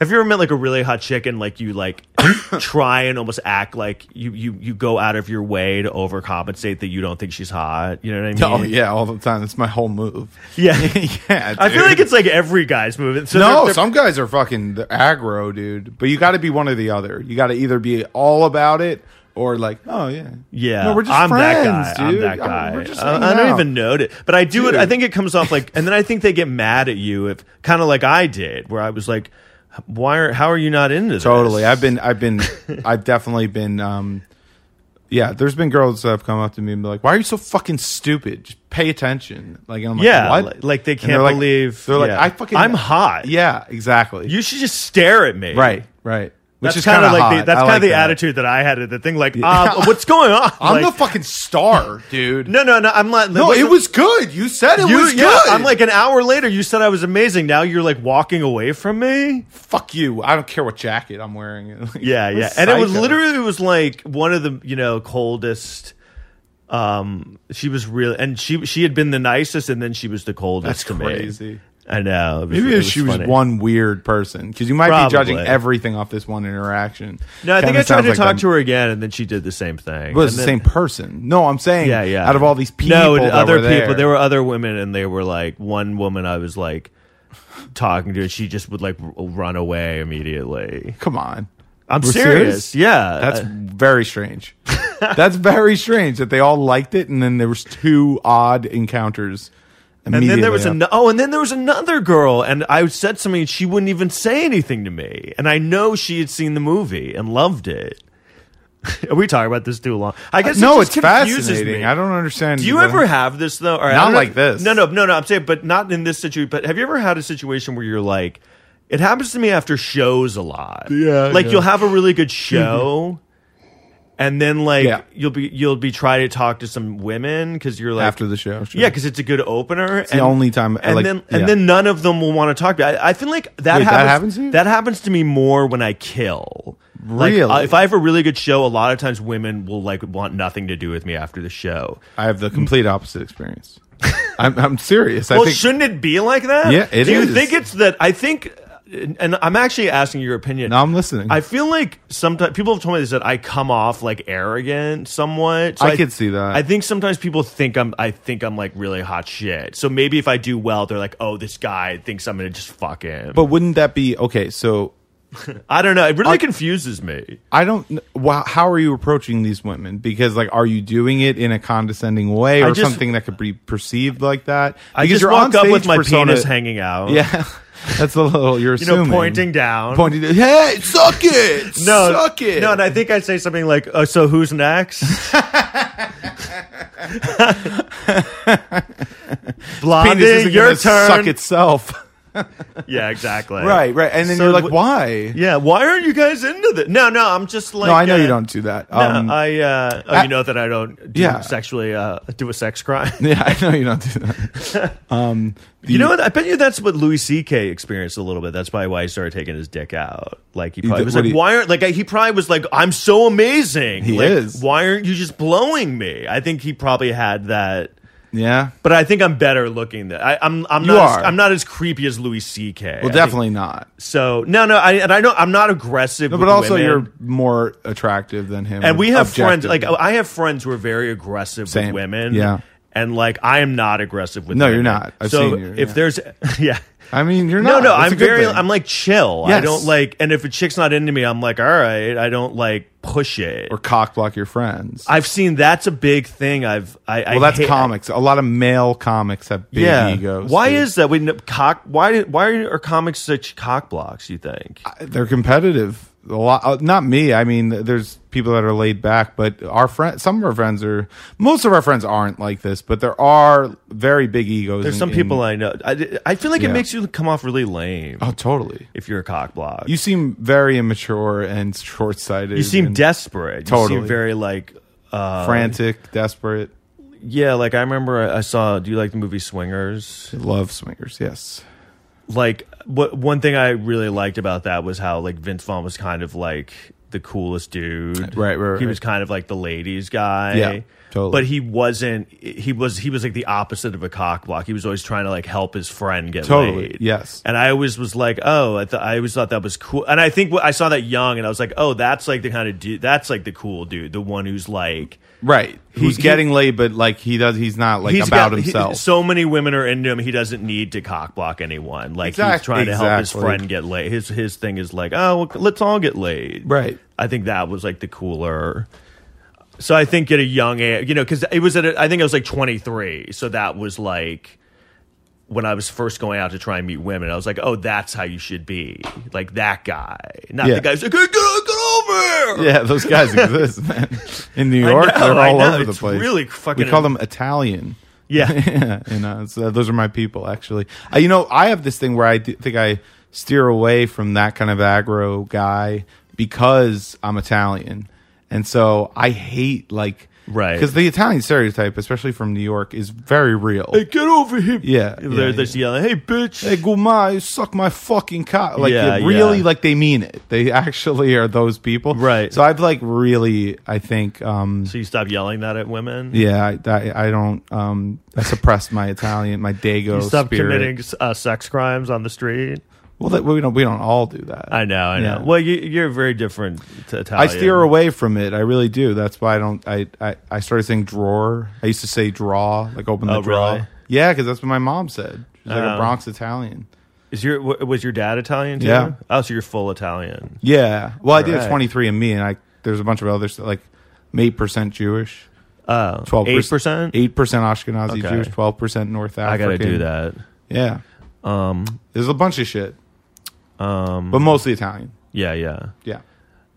have you ever met like a really hot chick and like you like try and almost act like you you you go out of your way to overcompensate that you don't think she's hot you know what i mean
oh yeah, all the time. That's my whole move.
yeah
yeah,
I feel
dude.
like it's like every guy's moving. So
no.
they're- they're-
some guys are fucking the aggro, dude. But you got to be one or the other. You got to either be all about it or like, oh yeah,
Yeah,
No, we're just
I'm
friends,
that guy.
dude.
I'm that guy.
we're just
I-
hanging
I, don't
out.
even note it, but I do it. I
Dude.
think it comes off like, and then I think they get mad at you if kind of like I did, where I was like, "Why are? How are you not into this?"
Totally. I've been, I've been, I've definitely been, um, yeah, there's been girls that have come up to me and be like, why are you so fucking stupid? Just pay attention. Like, and I'm like,
yeah,
what?
li- like they
And
can't
they're like-
believe
they're like,
yeah.
I fucking,
I'm hot.
Yeah, exactly.
you should just stare at me.
right, right. Which
that's
is kind of
like
hot.
the, that's
I
kind
like
of the
that.
attitude that I had at the thing. Like, um, what's going on?
I'm
Like,
the fucking star, dude.
no, no, no. I'm not.
no, it was good. You said it
You,
was
yeah,
good.
I'm like an hour later. You said I was amazing. Now you're like walking away from me.
fuck you. I don't care what jacket I'm wearing. Like,
Yeah,
I'm a
yeah. And it was
psycho.
literally it was like one of the, you know, coldest um she was real and she she had been the nicest and then she was the coldest
That's
to me.
crazy.
I know. It was-
Maybe
it
she was
funny.
one weird person because you might
Probably.
be judging everything off this one interaction.
No, I think
Kinda
I tried
sounds
to
like
talk
the-
to her again and then she did the same thing.
But it's
And
the
then-
same person. No, I'm saying.
Yeah, yeah.
Out of all these people,
No, and
that
other
were there,
people there were other women and they were like one woman I was like talking to and she just would like r- run away immediately.
Come on,
I'm
We're
serious.
serious?
Yeah. Uh,
that's very strange. That's very strange that they all liked it, and then there was two odd encounters.
And then there
immediately
was
after.
an- oh, and then there was another girl, and I said something, and she wouldn't even say anything to me. And I know she had seen the movie and loved it. Are we talking about this too long? I guess
no,
it just
it's
confuses
fascinating.
Me.
I don't understand.
Do you
what-
ever have this though? Or I
Not
don't know
like
if-
this.
No, no, no, no. I'm saying, but not in this situation. But have you ever had a situation where you're like, it happens to me after shows a lot.
Yeah,
like
yeah. Mm-hmm.
you'll have a really good show. And then, like
Yeah.
you'll be you'll be trying to talk to some women because you're like
after the show? Sure.
yeah, because it's a good opener. It's
the only time-
and
like,
then
yeah.
and then none of them will want to talk to. me. I, I feel like that
Wait, that
happens.
happens to you?
that happens to me more when I kill. Like,
Really?
uh, if I have a really good show, a lot of times women will like want nothing to do with me after the show.
I have the complete opposite experience. I'm, I'm serious. I
well,
think
shouldn't it be like that?
Yeah, it
do you
is.
think it's that? I think, and I'm actually asking your opinion.
now I'm listening.
I feel like sometimes people have told me this that I come off like arrogant somewhat. So
I could see that.
I think sometimes people think I'm I think I'm like really hot shit. So maybe if I do well, they're like, oh, this guy thinks I'm gonna just fuck him.
but wouldn't that be okay? So
I don't know. It really confuses me.
I don't. kn- Wow, how are you approaching these women? Because like, are you doing it in a condescending way
I
or
just-
something that could be perceived like that? Because
I just
your
walk up
on-stage
with my
persona-
penis hanging out.
Yeah, that's a little. You're
You know,
assuming.
pointing down.
Pointing. to- Hey, suck it.
no,
suck it.
"Uh, no, and I think I say something like, oh, "So who's next?" Blondie,
Penis isn't
your
gonna
turn.
Suck itself.
yeah, exactly.
right, right. And then
So
you're like,
wh-
why?
Yeah, why aren't you guys into this? No, no, I'm just like.
no, I know
uh,
you don't do that.
No,
um,
I. Uh, oh,
I-
you know that I don't. Do
Yeah.
Sexually, uh, do a sex crime.
yeah, I know you don't do that. Um, the-
You know what? I bet you that's what Louis C.K. experienced a little bit. That's probably why he started taking his dick out. Like he probably
did-
was
what
like,
he-
"Why aren't like I- he probably was like, I'm so amazing.
He
Like,
is.
Why aren't you just blowing me? I think he probably had that.
Yeah.
But I think I'm better looking. Than, I, I'm I'm
You
not
are.
As, I'm not as creepy as Louis C.K.
Well,
I think-
definitely not.
So no, no, I, and I know I'm not aggressive.
No,
with
but also
women.
you're more attractive than him.
and we have friends
objectively.
like I have friends who are very aggressive
Same.
with women.
Yeah.
And like I am not aggressive with
No,
women.
you're not. I've
so
seen you,
if
yeah.
there's yeah.
I mean, you're
uh, No,
not.
no,
It's a
I'm
good
very
thing.
I'm like chill. I
Yes.
don't like and if a chick's not into me, I'm like, all right, I don't like push it.
or cock block your friends.
I've seen that's a big thing. I've I I
well, that's
hate-
comics. A lot of male comics have big
Yeah.
egos.
Why
too.
is that? We n- cock. Why? Why are comics such cock blocks? You think?
they're competitive? A lot. uh, Not me. I mean, there's people that are laid back, but our friend, some of our friends are. Most of our friends aren't like this, but there are very big egos.
There's
in-
some
in-
people I know. I, I feel like it
Yeah.
makes you come off really lame
oh, totally.
if you're a cock block.
You seem very immature and short sighted.
You seem desperate. You
Totally.
seem very like uh,
frantic, desperate.
Yeah, like I remember I, I saw. Do you like the movie Swingers?
Love swingers. Yes.
Like, what one thing I really liked about that was how like Vince Vaughn was kind of like the coolest dude.
Right, right,
He
right.
was kind of like the ladies guy.
Yeah, totally.
But he wasn't. He was. He was like the opposite of a cock block. He was always trying to like help his friend get
Totally,
laid.
yes.
And I always was like, oh, I, th- I always thought that was cool. And I think wh- I saw that young, and I was like, oh, that's like the kind of dude. That's like the cool dude, the one who's like.
Right. Who's
he-
getting laid, but like he does, he's not like
He's
about
got- he-
himself.
so many women are into him. He doesn't need to cock block anyone. Like he's
Exact-
trying to help his
exactly.
friend get laid. His his thing is like, oh, well, let's all get laid.
Right.
I think that was like the cooler. So I think at a young age, you know, because it was at a, I think I was like 23. So that was like when I was first going out to try and meet women. I was like, oh, that's how you should be, like that guy, not
Yeah.
the guy who's like, hey, get, get over. here.
yeah, those guys exist, man. In New
I
York,
know,
they're
I
all
know.
over the
It's
place.
really fucking-
We call them Italian.
Yeah.
yeah, you know, it's, uh, those are my people. Actually, uh, you know, I have this thing where I do, think I steer away from that kind of aggro guy because I'm Italian, and so I hate like
Right.
because the Italian stereotype, especially from New York, is very real.
Hey, get over here.
Yeah,
They're,
yeah,
they're just yelling, hey, bitch.
Hey, Guma, you suck my fucking cock. Like,
Yeah,
it really,
yeah.
like, they mean it. They actually are those people.
Right.
So I've, like, really, I think, um,
So you stop yelling that at women?
yeah, I, I, I don't, um, I suppressed my Italian, my Dago
You stop
spirit.
committing uh, sex crimes on the street?
Well, that, we don't, we don't all do that.
I know, I know. Oh,
Yeah.
Well, you, you're very different to
I
Italian.
steer away from it. I really do. That's why I don't. I, I, I started saying drawer. I used to say draw, like open the
Oh,
drawer. draw.
really?
Yeah, because that's what my mom said. She's like a
Oh.
Bronx Italian.
Is your wa- was your dad Italian too?
Yeah.
Oh, so you're full Italian.
Yeah. Well, I did
Right.
a 23 and me, and I there's a bunch of others like I'm 8% Jewish,
Oh,
12
8%?
8% Ashkenazi
Okay.
Jewish, 12% North African.
I got to do that.
Yeah.
Um,
There's a bunch of shit. Um, but mostly Italian.
yeah, yeah.
Yeah.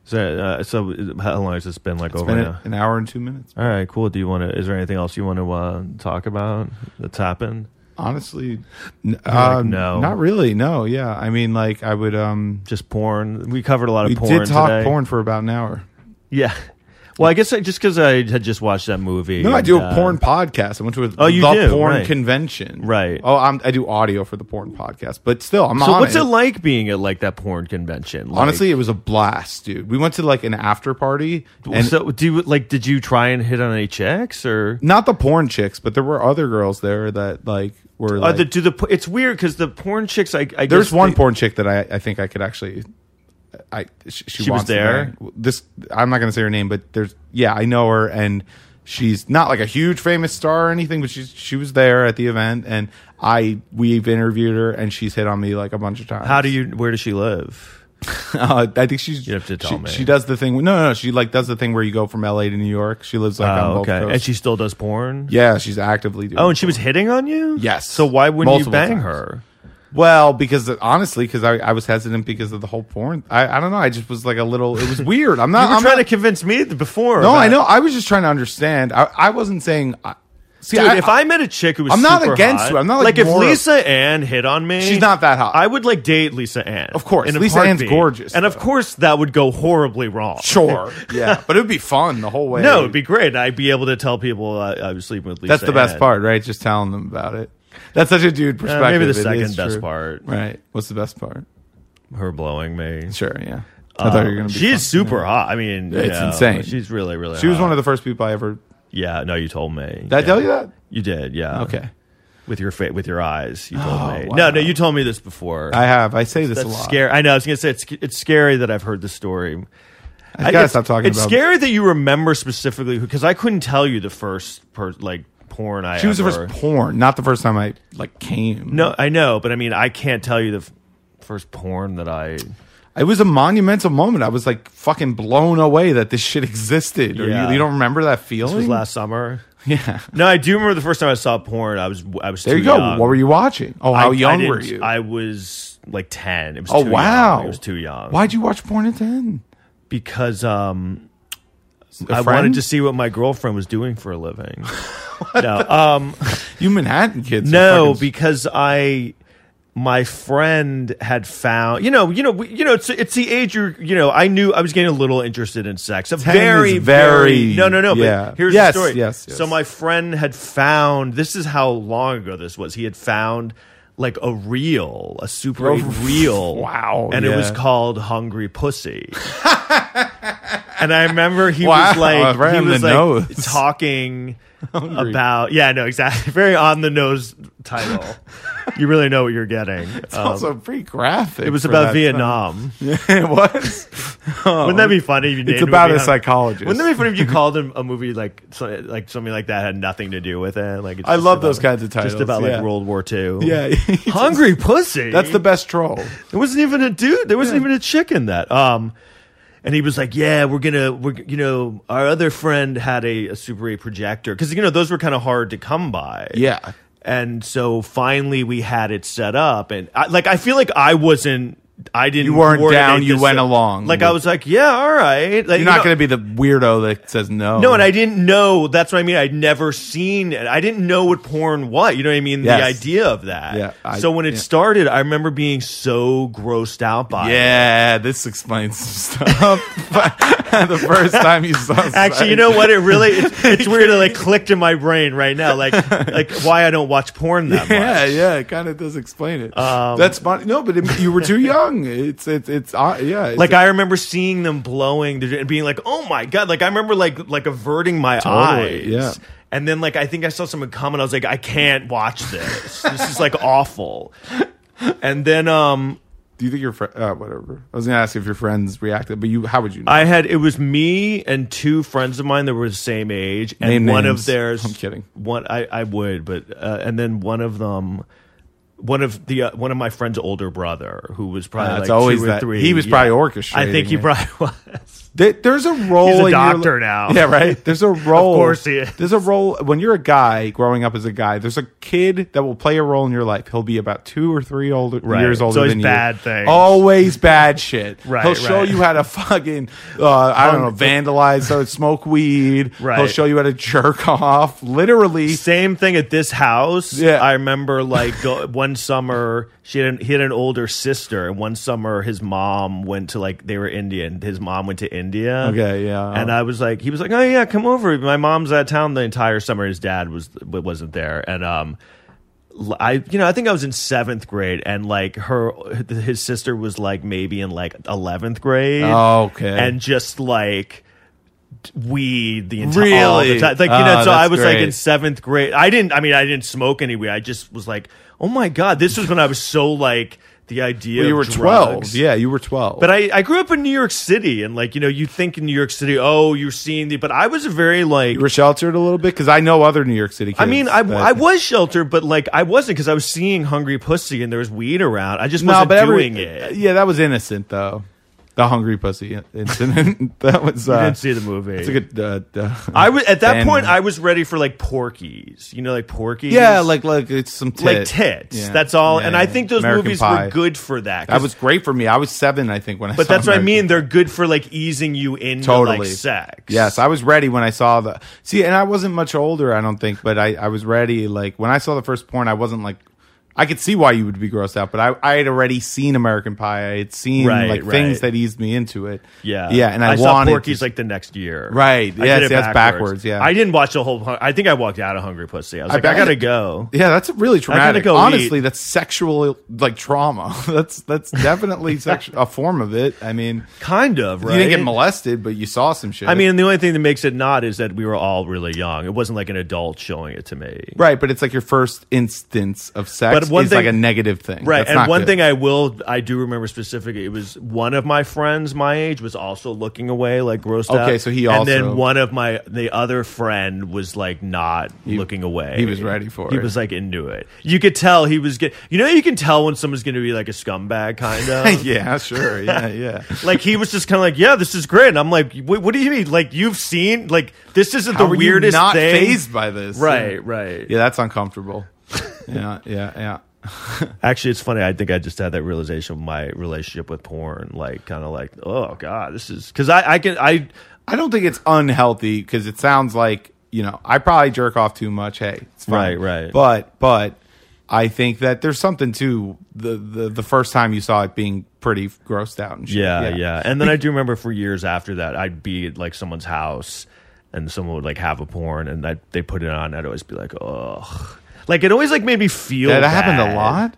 So, uh, so is- how long has this been like
It's
over
been
now?
a- an hour and two minutes.
All right, cool. Do you want to? Is there anything else you want to uh, talk about that's happened?
Honestly, n- uh,
no.
Not really. No. Yeah. I mean, like, I would. um
Just porn. We covered a lot of
We
porn
did talk
today.
porn for about an hour.
Yeah. Well, I guess I, just because I had just watched that movie.
No, I
and,
do a
uh,
porn podcast. I went to a
Oh, you
the
do,
porn
right.
convention.
Right.
Oh, I'm, I do audio for the porn podcast, but still, I'm
So
on
what's
it.
it like being at like that porn convention? Like,
Honestly, it was a blast, dude. We went to like an after party, and
so do you like? Did you try and hit on any chicks or?
not the porn chicks, but there were other girls there that like were.
Uh,
Like,
the, do the po- it's weird because the porn chicks. I, I
there's
guess
one
they-
porn chick that I, I think I could actually. I she, she,
She was
wants to
there?
marry. This I'm not going to say her name, but there's yeah I know her and she's not like a huge famous star or anything, but she's she was there at the event and I we've interviewed her and she's hit on me like a bunch of times.
How do you? Where does she live?
Uh, I think she's.
You have to tell
she,
me.
She does the thing. No, no, no. She like does the thing where you go from L.A. to New York. She lives like on
Oh,
both
okay.
coasts.
And she still does porn.
yeah, she's actively doing.
Oh, and she was hitting on you.
Yes.
So why wouldn't
Multiple
you bang
times.
her?
Well, because honestly, because I, I was hesitant because of the whole porn. I, I don't know. I just was like a little. It was weird. I'm not.
You were
I'm
trying
not-
to convince me th- before.
No,
about-
I know. I was just trying to understand. I, I wasn't saying. I, see,
Dude,
I,
if I met a chick who was
I'm not
super
against
hot-
it. I'm not, like,
if
more-
Lisa Ann hit on me.
She's not that hot.
I would like date Lisa Ann.
Of course.
in a
Lisa Ann's
heartbeat.
gorgeous,
And of
though.
course that would go horribly wrong.
sure, yeah, but it would be fun the whole way.
No, it'd be great. I'd be able to tell people I, I was sleeping with Lisa.
that's the best
Ann.
part, right? Just telling them about it. That's such a dude
Uh,
perspective.
maybe the
It is
second best
true.
part.
Right. What's the best part?
Her blowing me.
Sure. Yeah. I thought you were gonna. Be
Uh, She's
fun.
super hot. I mean, you
It's
know,
insane.
She's really, really.
She was one of the first people I ever.
Yeah, no, you told me.
Did I tell you that?
You did. Yeah.
Okay. Oh,
With your fa- with your eyes, you told me.
wow.
No, no, you told me this before.
I have. I say this a
That's
lot.
scary. I know. I was gonna say it's it's scary that I've heard the story.
I gotta stop talking
It's
about.
scary that you remember specifically because I couldn't tell you the first per, like porn I.
She was the
ever-
first porn, not the first time I like came.
No, I know, but I mean, I can't tell you the f- first porn that I.
It was a monumental moment. I was like fucking blown away that this shit existed. Or you-
Yeah.
you, don't remember that feeling?
This was last summer.
yeah.
No, I do remember the first time I saw porn. I was I was
There
too
you go.
young.
What were you watching? Oh, how
I- I
young
didn't-
were you?
I was like ten. It was
oh
too
wow,
young. It was too young.
Why'd you watch porn at ten?
Because um,
A
I
friend?
wanted to see what my girlfriend was doing for a living. no, um,
You Manhattan kids? are
no,
fucking-
because I my friend had found you know you know we- you know it's it's the age you're you know I knew I was getting a little interested in sex. A very
is very-
no no no.
yeah.
But here's
Yes,
the story.
yes, yes.
So my friend had found this is how long ago this was. He had found. Like a reel, a super eight reel.
Oh, Wow,
And it was
yeah.
called Hungry Pussy. and I remember he
Wow,
was like,
right
he
on
was
the
like
nose.
talking
Hungry.
about yeah no exactly very on the nose title you really know what you're getting Um,
also pretty graphic.
it was
for
about
that
vietnam
time. it was. Oh.
wouldn't that be funny if you named
about
movie
a
Hun-
psychologist.
wouldn't that be funny if you called him a movie like so, like something like that had nothing to do with it like it's
I
just
love
about-
those kinds of titles,
just about
yeah.
like world war ii
Yeah.
hungry eh? pussy
That's the best troll.
There wasn't even a dude. There wasn't even a chick in that. Um, and he was like, "Yeah, we're gonna, we're you know, our other friend had a, a Super 8 projector because you know those were kind of hard to come by.
Yeah.
and so finally we had it set up, and I, like I feel like I wasn't, I didn't,
You weren't
coordinate
down, you
this.
went along
Like
with-
I was like, yeah, all right. Like,
You're
you
not
know-
going to be the weirdo that says no.
no, and I didn't know. That's what I mean. I'd never seen it. I didn't know what porn was. You know what I mean?
Yes.
The idea of that.
Yeah, I-
so when it
yeah.
started, I remember being so grossed out by it.
Yeah, this explains some stuff. the first time you saw,
Actually, you know what? It really it's, it's weird. It like clicked in my brain right now. Like like why I don't watch porn that
Yeah,
much.
yeah, it kind of does explain it.
Um,
That's funny. No, but it, you were too young. It's it's it's uh, yeah. It's,
Like I remember seeing them blowing the- and being like, "Oh my god!" Like I remember like like averting my eyes.
Totally, yeah.
And then like I think I saw someone come and I was like, "I can't watch this. this is like awful." And then um
do you think your friend? Uh, whatever. I was gonna ask if your friends reacted, but you, how would you? Know?
I had it was me and two friends of mine that were the same age, and
Name
one
names.
of theirs.
I'm kidding.
One I, I would, but uh, and then one of them, one of the uh, one of my friend's older brother, who was probably
Yeah, Ah, it's
like
always
two or
that-
three.
he was probably orchestrating
I think he
it.
probably was.
There- there's a role.
He's a
in your
doctor
li-
now.
Yeah, right. There's a role.
course he is.
There's a role when you're a guy growing up as a guy. There's a kid that will play a role in your life. He'll be about two or three older
Right.
years
It's
older
always
than
bad
you.
things.
Always bad shit.
Right,
He'll show
right.
you how to fucking uh, I don't know vandalize, so smoke weed. He'll
Right.
show you how to jerk off. Literally.
Same thing at this house.
Yeah.
I remember like go, one summer she had an, he had an older sister, and one summer his mom went to like they were Indian. His mom went to India.
Okay, yeah.
And I was like, he was like, oh yeah, come over. My mom's out of town the entire summer. His dad was wasn't there, and um. l- I you know I think I was in seventh grade and like her his sister was like maybe in like eleventh grade
Oh, okay.
and just like weed the entire all
Really?
the time. like you
Ah,
know so I
that's
was like in
great.
seventh grade. I didn't. I mean, I didn't smoke any weed. I just was like, oh my god, this was when I was so like the idea.
you were
of
twelve.
drugs.
Yeah, you were twelve.
But I, I grew up in New York City, and like you know, you think in New York City, oh, you're seeing the. But I was a very like.
you were sheltered a little bit because I know other New York City. kids
I mean, I,
that-
I was sheltered, but like I wasn't because I was seeing hungry pussy and there was weed around. I just
no,
wasn't
but every- uh,
doing it.
Yeah, that was innocent though. the hungry pussy incident. that was uh,
I didn't see the movie.
It's a good. Uh, uh,
I was at that
Ben-
point. I was ready for like Porkies. You know, like Porkies.
yeah, like like it's some tit.
like tits.
Yeah.
That's all.
Yeah,
and
yeah.
I think those
American
movies
Pie.
were good for that. 'cause-
That was great for me. I was seven, I think, when I.
but
saw
that's what I
American
mean. They're good for like easing you into
totally
like sex.
Yes, I was ready when I saw the see, and I wasn't much older, I don't think, but I, I was ready. Like when I saw the first porn, I wasn't like I could see why you would be grossed out, but I, I had already seen American Pie. I had seen
Right,
like
right.
things that eased me into it.
Yeah,
yeah, and I,
saw
wanted
Porky's
to-
like the next year.
Right.
I
Yeah,
did it
see, that's backwards, yeah.
I didn't watch the whole. hun- I think I walked out of Hungry Pussy. I was
I
like, I
bet-
gotta go.
yeah, that's really traumatic.
go
Honestly,
eat.
that's sexual like trauma. that's that's definitely sex- a form of it. I mean,
Kind of. Right.
you didn't get molested, but you saw some shit.
I mean, the only thing that makes it not is that we were all really young. It wasn't like an adult showing it to me.
right, but it's like your first instance of sex
But one
is
thing-
like a negative thing,
Right,
That's
and
not
one
good.
thing I will, I do remember specifically. It was one of my friends my age was also looking away, like grossed out.
Okay, so he
and
also-
then one of my the other friend was like not looking away.
he was ready for
He
it.
was like into it. You could tell he was get. You know, you can tell when someone's going to be like a scumbag, kind of.
yeah, sure. Yeah, yeah.
Like he was just kind of like, yeah, this is great. And I'm like, wait, what do you mean? Like you've seen? Like this isn't
How
the
are you
weirdest
not
thing.
phased by this.
Right,
Yeah.
right.
Yeah, that's uncomfortable. yeah, yeah, yeah.
Actually, it's funny. I think I just had that realization of my relationship with porn. Like, kind of like, oh god, this is because I, I can I
I don't think it's unhealthy because it sounds like you know I probably jerk off too much. Hey, it's fine.
Right, right.
But but I think that there's something to the the, the first time you saw it being pretty grossed out and shit.
yeah yeah. And then I do remember for years after that, I'd be at like someone's house, and someone would like have a porn, and I they put it on. I'd always be like, ugh, like it always like made me feel
That happened a
bad.
lot.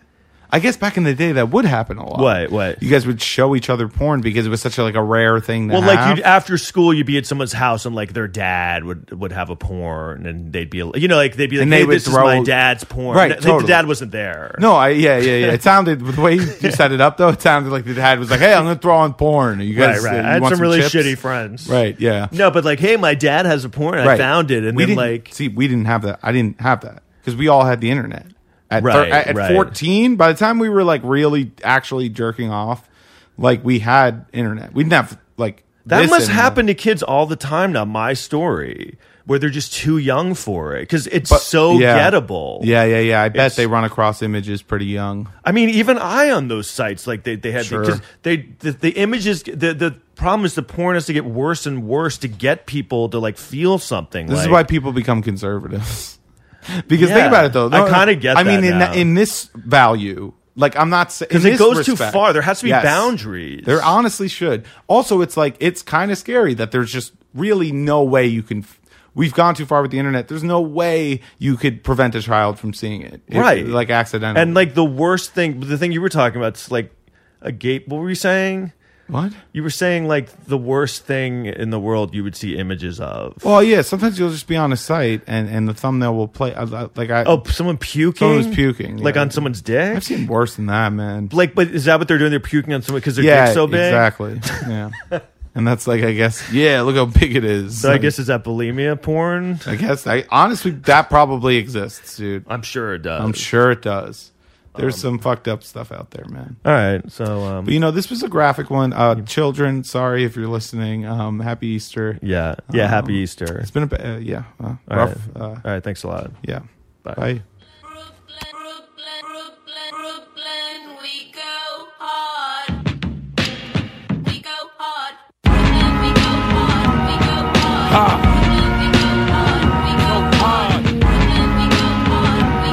I guess back in the day that would happen a lot.
What, what?
You guys would show each other porn because it was such a, like a rare thing. To
Well,
have.
like you'd, after school, you'd be at someone's house, and like their dad would would have a porn, and they'd be, you know, like they'd be like,
And they
hey,
would
this
throw-
is my dad's porn.
Right,
Like,
totally.
The dad wasn't there.
No, I yeah yeah yeah. It sounded the way you set it up though. It sounded like the dad was like, "Hey, I'm gonna throw on porn." You
right,
guys,
right.
uh,
I
you
had
want
some, really
chips?
shitty friends.
Right, yeah.
No, but like, hey, my dad has a porn. I
right.
found it, and
we didn't,
then like,
see, we didn't have that. I didn't have that because we all had the internet at thir-
Right,
at, at
right.
14. By the time we were like really actually jerking off, like we had internet. We didn't have like
that
this
must
internet.
happen to kids all the time. Now, my story where they're just too young for it because it's
But-
so
yeah.
gettable.
Yeah, yeah, yeah. I bet
It's-
they run across images pretty young.
I mean, even I on those sites, like they they had
Sure.
because they the, the images the the problem is the porn has to get worse and worse to get people to like feel something.
This is
like-
why people become conservatives. because
Yeah.
think about it though.
I kinda get
I mean,
that
in
now.
in this value, like I'm not because
because it goes too far. There has to be boundaries.
There honestly should. Also, it's like it's kind of scary that there's just really no way you can. f- We've gone too far with the internet. There's no way you could prevent a child from seeing it, It-
right
Like accidentally.
and like the worst thing the thing you were talking about is like a gate what were you saying
what?
you were saying like the worst thing in the world you would see images of
Well, yeah. Sometimes you'll just be on a site and and the thumbnail will play. I- I- Like I,
oh someone puking
Someone was puking,
like
yeah.
on someone's dick
I've seen worse than that, man.
like but is that what they're doing they're puking on someone because their dick's so big
Exactly. Yeah. and that's like I guess yeah, look how big it is.
so i guess is that bulimia porn
I guess I honestly that probably exists, dude.
i'm sure it does
I'm sure it does. There's
Um,
some fucked up stuff out there, man.
all right so um
But you know, this was a graphic one. Uh, children, sorry if you're listening. Um, happy Easter.
yeah yeah happy
Um,
easter
It's been a ba- uh, yeah, uh,
all
rough.
right.
Uh,
all right thanks a lot
yeah.
Bye.
Bye.
Brooklyn, Brooklyn, Brooklyn, Brooklyn, we go hard. We go hard. Brooklyn, we go hard. We go hard. Brooklyn, we go hard. We go hard. Brooklyn, we go hard. We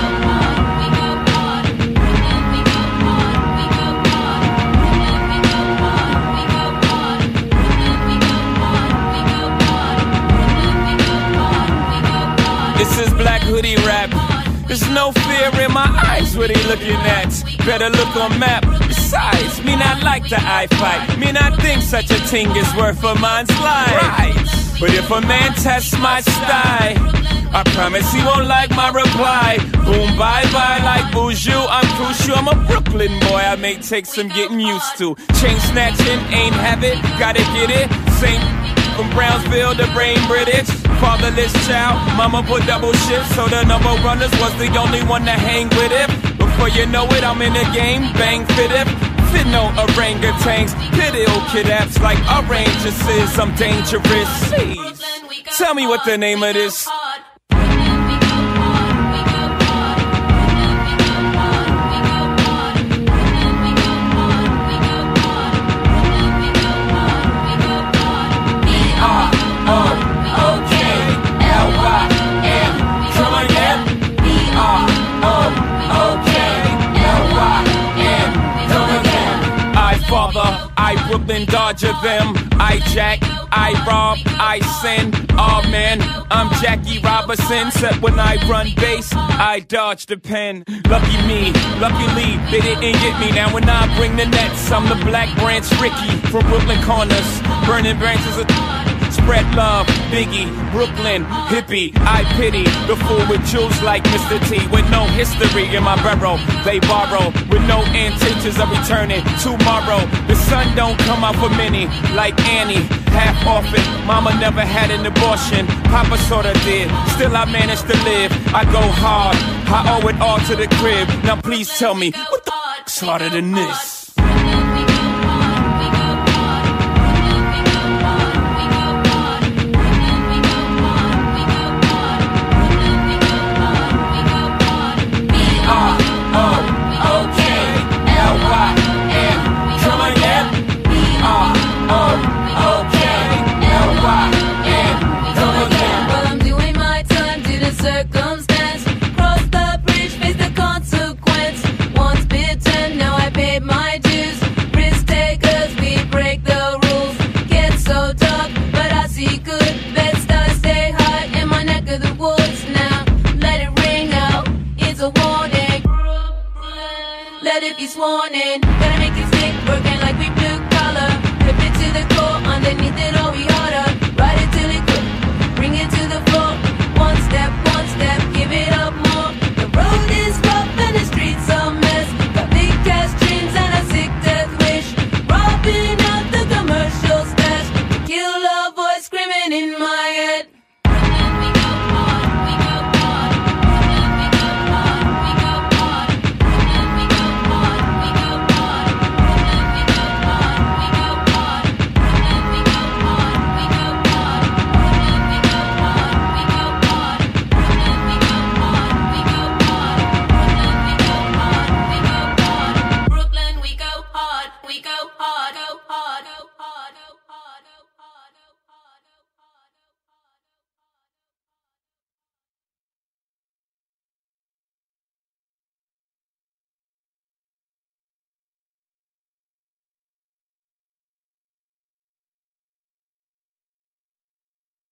go hard. Brooklyn, we go hard. We go hard. Brooklyn, we go hard. We go hard. Brooklyn, we go hard. We go hard. Brooklyn, we go hard. We go hard. Brooklyn, we go hard. We go hard.
This is Black Hoodie Rap. There's no fear in my eyes what they looking at. Better look on map. Besides, me not like the eye fight. Me not think such a thing is worth a man's life. But if a man tests my style, I promise he won't like my reply. Boom, bye bye, like Buju. I'm crucial. I'm a Brooklyn boy. I may take some getting used to. Chain snatching, ain't have it. Gotta get it. Same from Brownsville to Brain British. Fatherless child, mama put double shifts, so the number runners was the only one to hang with it. Before you know it, I'm in the game, bang fit it. fit no orangutans. Pity old kid apps like our rangers is. I'm dangerous. Please tell me what the name of this I father, I whoop and dodger them. I jack, I rob, I sin. Oh man, I'm Jackie Robinson. Set when I run base, I dodge the pen. Lucky me, luckily they didn't get me. Now when I bring the nets, I'm the Black Branch Ricky from Brooklyn Corners, burning branches of. Spread love, Biggie, Brooklyn, hippie. I pity the fool with jewels like Mr. T. With no history in my barrel, they borrow. With no intentions of returning tomorrow. The sun don't come out for many, like Annie. Half orphan, mama never had an abortion. Papa sorta did, still I managed to live. I go hard, I owe it all to the crib. Now please tell me, what the f- harder than this?
E